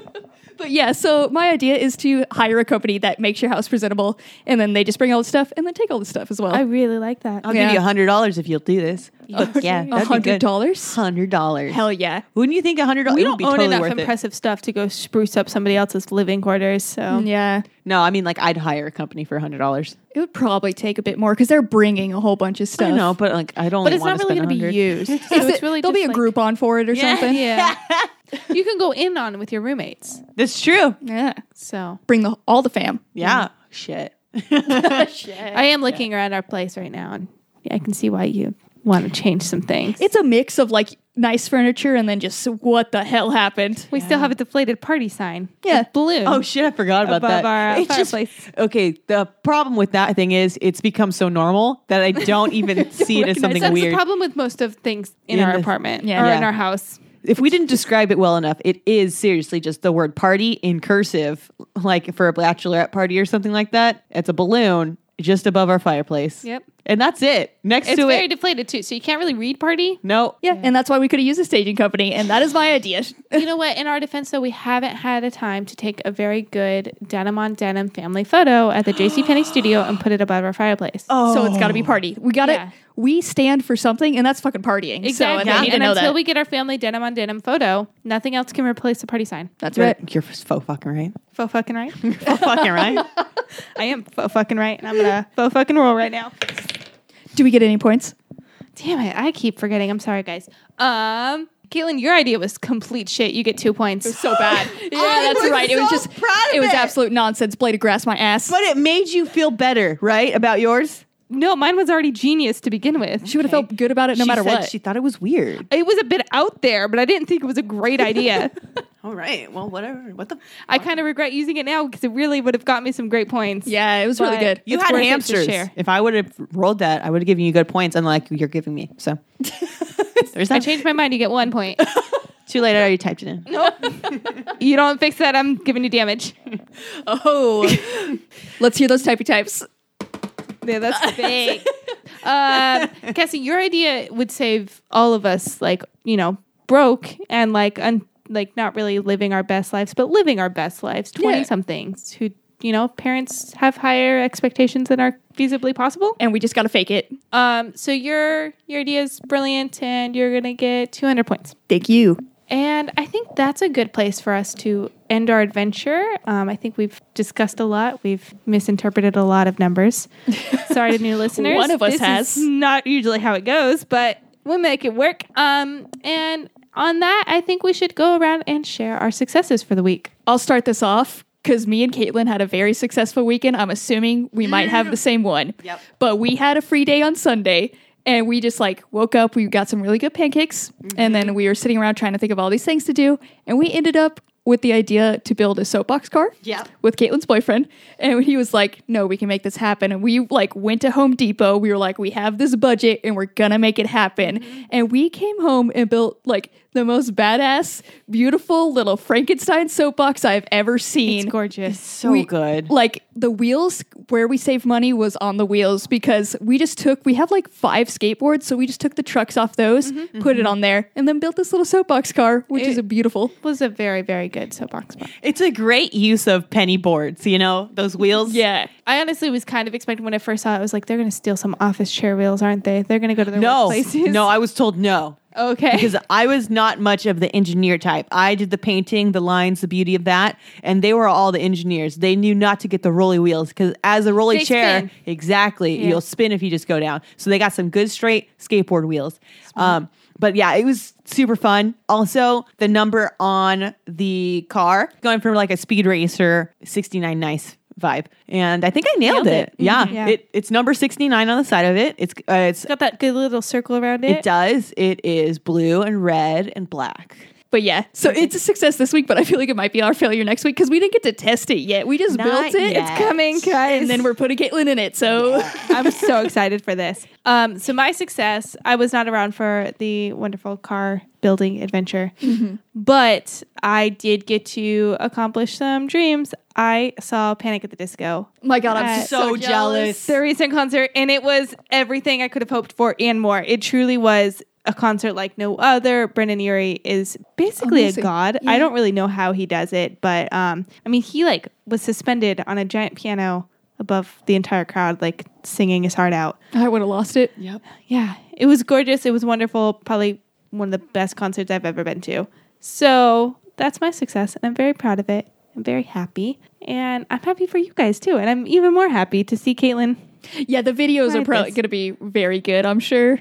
C: But yeah, so my idea is to hire a company that makes your house presentable, and then they just bring all the stuff and then take all the stuff as well.
A: I really like that.
B: I'll
C: Yeah.
B: give you a hundred dollars if you'll do this. But yeah,
C: A hundred
B: dollars.
C: dollars?
B: Hundred dollars.
C: Hell yeah!
B: Wouldn't you think a hundred dollars?
A: we
B: It would
A: don't
B: be
A: own
B: totally
A: enough
B: worth it.
A: impressive stuff to go spruce up somebody else's living quarters. So
C: Yeah,
B: No, I mean like I'd hire a company for a hundred dollars.
C: it would probably take a bit more because they're bringing a whole bunch of stuff.
B: I know, but like I don't.
A: but it's not really
B: going to
A: be used. So
C: Is
A: it's
C: it-
A: really
C: there'll be a
A: just like-
C: Groupon for it or something.
A: Yeah, you can go in on with your roommates.
B: That's true.
C: yeah.
A: So
C: Bring the all the fam.
B: Yeah. Shit.
A: I am looking around our place right now, and I can see why you want to change some things.
C: It's a mix of like nice furniture and then just what the hell happened.
A: We still have a deflated party sign.
C: Yeah.
A: With balloon.
B: Oh shit! I forgot about
A: Above
B: that.
A: our, uh,
B: it's just
A: fireplace.
B: okay. The problem with that thing is it's become so normal that I don't even see it as something
A: That's
B: weird.
A: the problem with most of things in,
B: In
A: our
B: the-
A: apartment
C: Yeah.
A: or
B: Yeah.
A: in our house.
B: If we didn't describe it well enough, it is seriously just the word "party" in cursive, like for a bachelorette party or something like that. It's a balloon just above our fireplace.
A: Yep.
B: And that's it. Next
A: It's
B: to
A: very
B: it,
A: deflated too, so you can't really read party.
B: no.
C: Yeah, and that's why we could have used a staging company, and that is my idea.
A: you know what? In our defense, though, we haven't had a time to take a very good denim on denim family photo at the JCPenney studio and put it above our fireplace.
C: Oh, So it's got to be party. We got to
A: Yeah.
C: We stand for something, and that's fucking partying. So
A: exactly.
C: and I need to
A: and
C: know
A: until
C: that.
A: we get our family denim on denim photo, nothing else can replace the party sign.
C: that's
B: You're,
C: right.
B: you're faux fucking right.
A: Faux fucking right.
B: Faux fucking right.
A: I am faux fucking right, and I'm gonna faux fucking roll right now.
C: Do we get any points?
A: Damn it, I keep forgetting. I'm sorry, guys. Um, Caitlin, your idea was complete shit. You get two points.
C: So bad.
B: I
C: yeah, that's
B: was
C: right. it was
B: so
C: just
B: proud of
C: it was
B: it.
C: absolute nonsense. Blade of grass, my ass.
B: But it made you feel better, right? About yours?
A: No, mine was already genius to begin with.
C: she would have felt good about it no
B: She
C: matter
B: said
C: what.
B: She thought it was weird.
A: it was a bit out there, but I didn't think it was a great idea.
B: All right. Well, whatever. What the?
A: I kind of regret using it now because it really would have got me some great points.
C: yeah, it was really
A: But-
C: good.
B: You
A: It's
B: had
A: worth it to
B: hamsters.
A: share.
B: If I would have rolled that, I would have given you good points, unlike you're giving me. So there's
A: I
B: that.
A: changed my mind. You get one point.
B: Too late. I already typed it in.
A: you don't fix that. I'm giving you damage.
C: Oh, let's hear those typey types.
A: Yeah, that's big. um, Cassie, your idea would save all of us, like you know, broke and like un- like not really living our best lives, but living our best lives. Twenty somethings who you know parents have higher expectations than are feasibly possible.
C: And we just gotta fake it.
A: Um, so your your idea is brilliant, and you're gonna get two hundred points.
C: Thank you.
A: And I think that's a good place for us to end our adventure. Um, I think we've discussed a lot. We've misinterpreted a lot of numbers. Sorry to new listeners.
C: One of us
A: This
C: has.
A: is not usually how it goes, but we make it work. Um, and on that, I think we should go around and share our successes for the week.
C: I'll start this off because me and Caitlin had a very successful weekend. I'm assuming we might have the same one.
B: Yep.
C: But we had a free day on Sunday and we just like woke up. We got some really good pancakes
B: Mm-hmm.
C: and then we were sitting around trying to think of all these things to do. And we ended up with the idea to build a soapbox car
B: Yep.
C: with Caitlin's boyfriend. And he was like, no, we can make this happen. And we like went to Home Depot. We were like, we have this budget and we're gonna make it happen.
B: Mm-hmm.
C: And we came home and built like the most badass, beautiful little Frankenstein soapbox I've ever seen.
A: gorgeous.
B: So
C: We-
B: good.
C: Like the wheels, where we saved money was on the wheels because we just took, we have like five skateboards. So we just took the trucks off those,
B: Mm-hmm,
C: put it on there, and then built this little soapbox car, which is a beautiful.
A: was a very, very good soapbox box.
B: It's a great use of penny boards. You know those wheels.
C: Yeah.
A: I honestly was kind of expecting when I first saw it, I was like, they're going to steal some office chair wheels, aren't they? They're going to go to their
B: No.
A: workplaces.
B: No. I was told no.
A: Okay.
B: because I was not much of the engineer type. I did the painting, the lines, the beauty of that, and they were all the engineers. They knew not to get the rolly wheels because as a rolly
A: They
B: chair,
A: spin.
B: exactly,
A: Yeah.
B: you'll spin if you just go down. So they got some good straight skateboard wheels. Um, but yeah, it was super fun. Also, the number on the car going from like a speed racer 69 nice vibe, and I think I nailed,
C: Nailed it.
B: it. Yeah,
A: Mm-hmm. Yeah.
B: It, it's number 69 on the side of it. It's uh, it's
A: It's got that good little circle around it.
B: it does. It is blue and red and black.
C: But yeah, so it's a success this week, but I feel like it might be our failure next week because we didn't get to test it yet. We just
B: Not
C: built it.
B: yet.
C: It's
B: It's
C: coming.
A: coming, guys.
C: And then we're putting Caitlin in it. So
A: I'm so excited for this. Um, so my success, I was not around for the wonderful car building adventure, but I did get to accomplish some dreams. I saw Panic at the Disco,
C: my God, I'm
A: Uh,
C: so,
B: so
C: jealous.
B: jealous.
A: their recent concert, and it was everything I could have hoped for and more. It truly was a concert like no other. Brendan Urie is basically
C: Amazing.
A: a god.
C: Yeah.
A: I don't really know how he does it, but um, I mean, he like was suspended on a giant piano above the entire crowd, like singing his heart out.
C: I would have lost it.
B: Yep.
A: Yeah, it was gorgeous. It was wonderful. Probably one of the best concerts I've ever been to. So that's my success, and I'm very proud of it. I'm very happy, and I'm happy for you guys too. And I'm even more happy to see Caitlin.
C: Yeah, the videos are
A: Right,
C: probably
A: this.
C: going to be very good, I'm sure.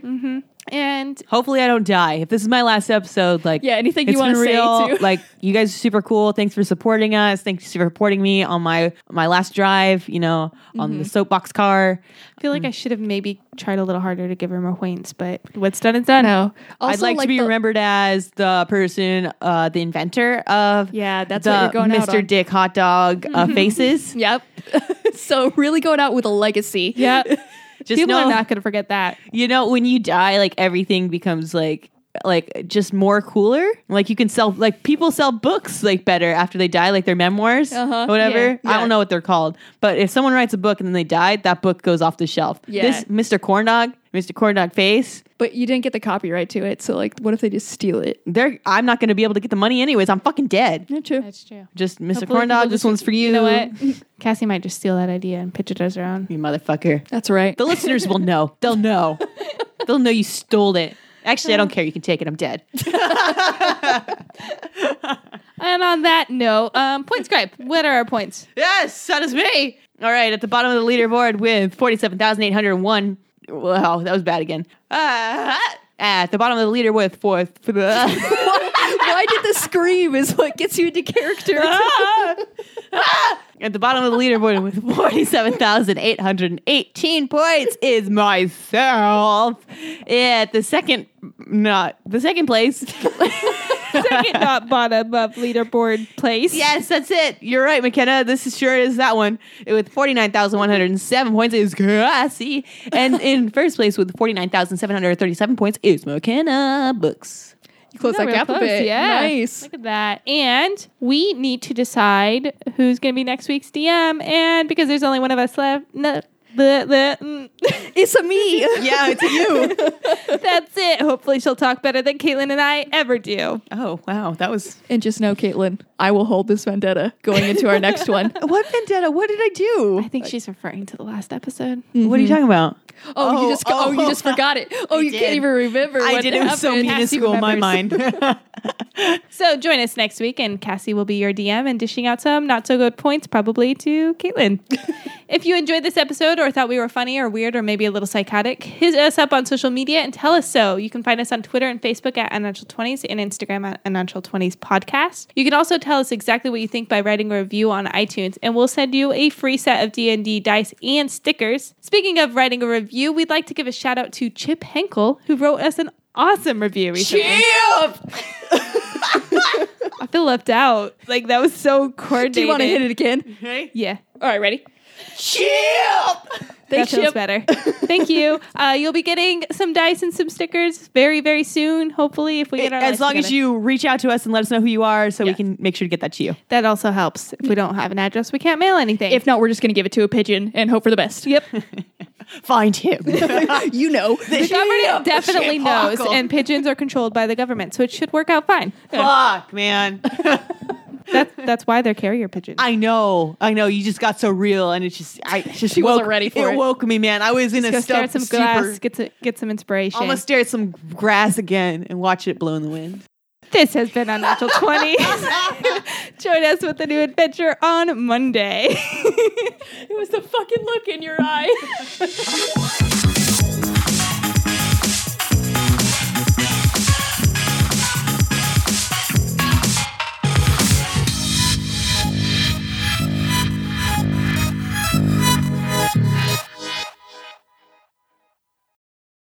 A: And
B: Hopefully, I don't die. If this is my last episode, like
C: Yeah, anything you
B: it's
C: wanna
B: been
C: say,
B: real.
C: too.
B: like you guys are super cool. Thanks for supporting us. Thanks for supporting me on my my last drive. You know, on
C: Mm-hmm.
B: the soapbox car.
A: I feel like I should have maybe tried a little harder to give her more points, but what's done is done.
C: No.
B: I'd like, to be
C: the-
B: remembered as the person, uh, the inventor of
C: Yeah, that's
B: the
C: what you're going
B: Mr.
C: out on. Mm-hmm.
B: Dick hot dog uh, faces.
C: Yep. so really going out with a legacy.
A: Yeah,
B: Just
A: people
B: know,
A: are not going to forget that.
B: you know, when you die, like everything becomes like like just more cooler. Like you can sell like people sell books like better after they die, like their memoirs,
C: Uh-huh.
B: whatever.
C: Yeah.
B: I
C: Yeah.
B: don't know what they're called, but if someone writes a book and then they die, that book goes off the shelf.
C: Yeah.
B: This Mr. Corn Dog, Mr. Corn Dog face,
C: But you didn't get the copyright to it. So like, what if they just steal it?
B: they're I'm not going to be able to get the money anyways. I'm fucking dead.
C: Yeah, true.
A: That's true.
B: Just Mr.
A: Hopefully
B: Corn Dog,
A: people
B: this
A: just-
B: one's for you.
A: You know what? Cassie might just steal that idea and pitch it as her own.
B: You motherfucker.
C: That's right.
B: The listeners will know. They'll know. They'll know you stole it. Actually, I don't care. You can take it. I'm dead.
A: And on that note, um, point scribe. What are our points?
B: Yes, that is me. All right, at the bottom of the leaderboard with 47,801 Wow, that was bad again. Uh, at the bottom of the leader with fourth.
C: Why did the scream is what gets you into character?
B: At the bottom of the leaderboard with 47,818 points is myself. At the second, not the second place.
A: Second not bottom of leaderboard place.
B: yes, that's it. You're right, McKenna. This is sure is that one. With 49,107 points is Cassie. And in first place with 49,737 points is McKenna Books.
C: You close
A: Yeah, real
C: that gap a
A: close,
C: bit.
A: Yeah.
C: Nice.
A: Look at that. And we need to decide who's going to be next week's DM. And because there's only one of us left, no, the, the, mm,
C: It's a me.
B: Yeah, it's you.
A: that's it. Hopefully she'll talk better than Caitlin and I ever do.
B: oh, wow. That was.
C: And just know, Caitlin, I will hold this vendetta going into our next one.
B: What vendetta? What did I do?
A: I think she's referring to the last episode.
B: What are you talking about?
C: Oh, you just oh, you just forgot it. Oh, you
B: did.
C: can't even remember.
B: I
C: what
B: did. It was so
C: happened.
B: minuscule in my mind.
A: So join us next week, and Cassie will be your DM and dishing out some not so good points, probably to Caitlin. if you enjoyed this episode or thought we were funny or weird or maybe a little psychotic, hit us up on social media and tell us so. You can find us on Twitter and Facebook at Unnatural20s and Instagram at Unnatural20s Podcast. You can also tell us exactly what you think by writing a review on iTunes, and we'll send you a free set of D&D dice and stickers. Speaking of writing a review, we'd like to give a shout out to Chip Henkel, who wrote us an awesome review recently. I feel left out. Like that was so coordinated.
C: Do you want to hit it again?
A: Yeah.
C: All right, ready?
A: that feels better. Thank you. Uh, you'll be getting some dice and some stickers very, very soon. Hopefully, if we get our
B: as
A: lives
B: long as
A: together.
B: you reach out to us and let us know who you are, so we
C: Yeah.
B: can make sure to get that to you.
A: that also helps. If we don't have an address, we can't mail anything.
C: If not, we're just gonna give it to a pigeon and hope for the best.
A: yep,
B: Find him.
C: you know.
A: the government definitely
B: Shit,
A: knows,
B: Uncle.
A: and pigeons are controlled by the government, so it should work out fine.
B: Fuck, man.
A: That's that's why they're carrier pigeons.
B: I know. I know. You just got so real, and it's just I it just
C: She
B: woke,
C: wasn't ready for it.
B: woke me, man. I was in
A: Go
B: a
A: stare at
B: stuffed
A: some
B: super.
A: glass, get some, get some inspiration.
B: I'm gonna stare at some grass again and watch it blow in the wind.
A: This has been Unnatural 20s. Join us with a new adventure on Monday.
C: It was the fucking look in your eye.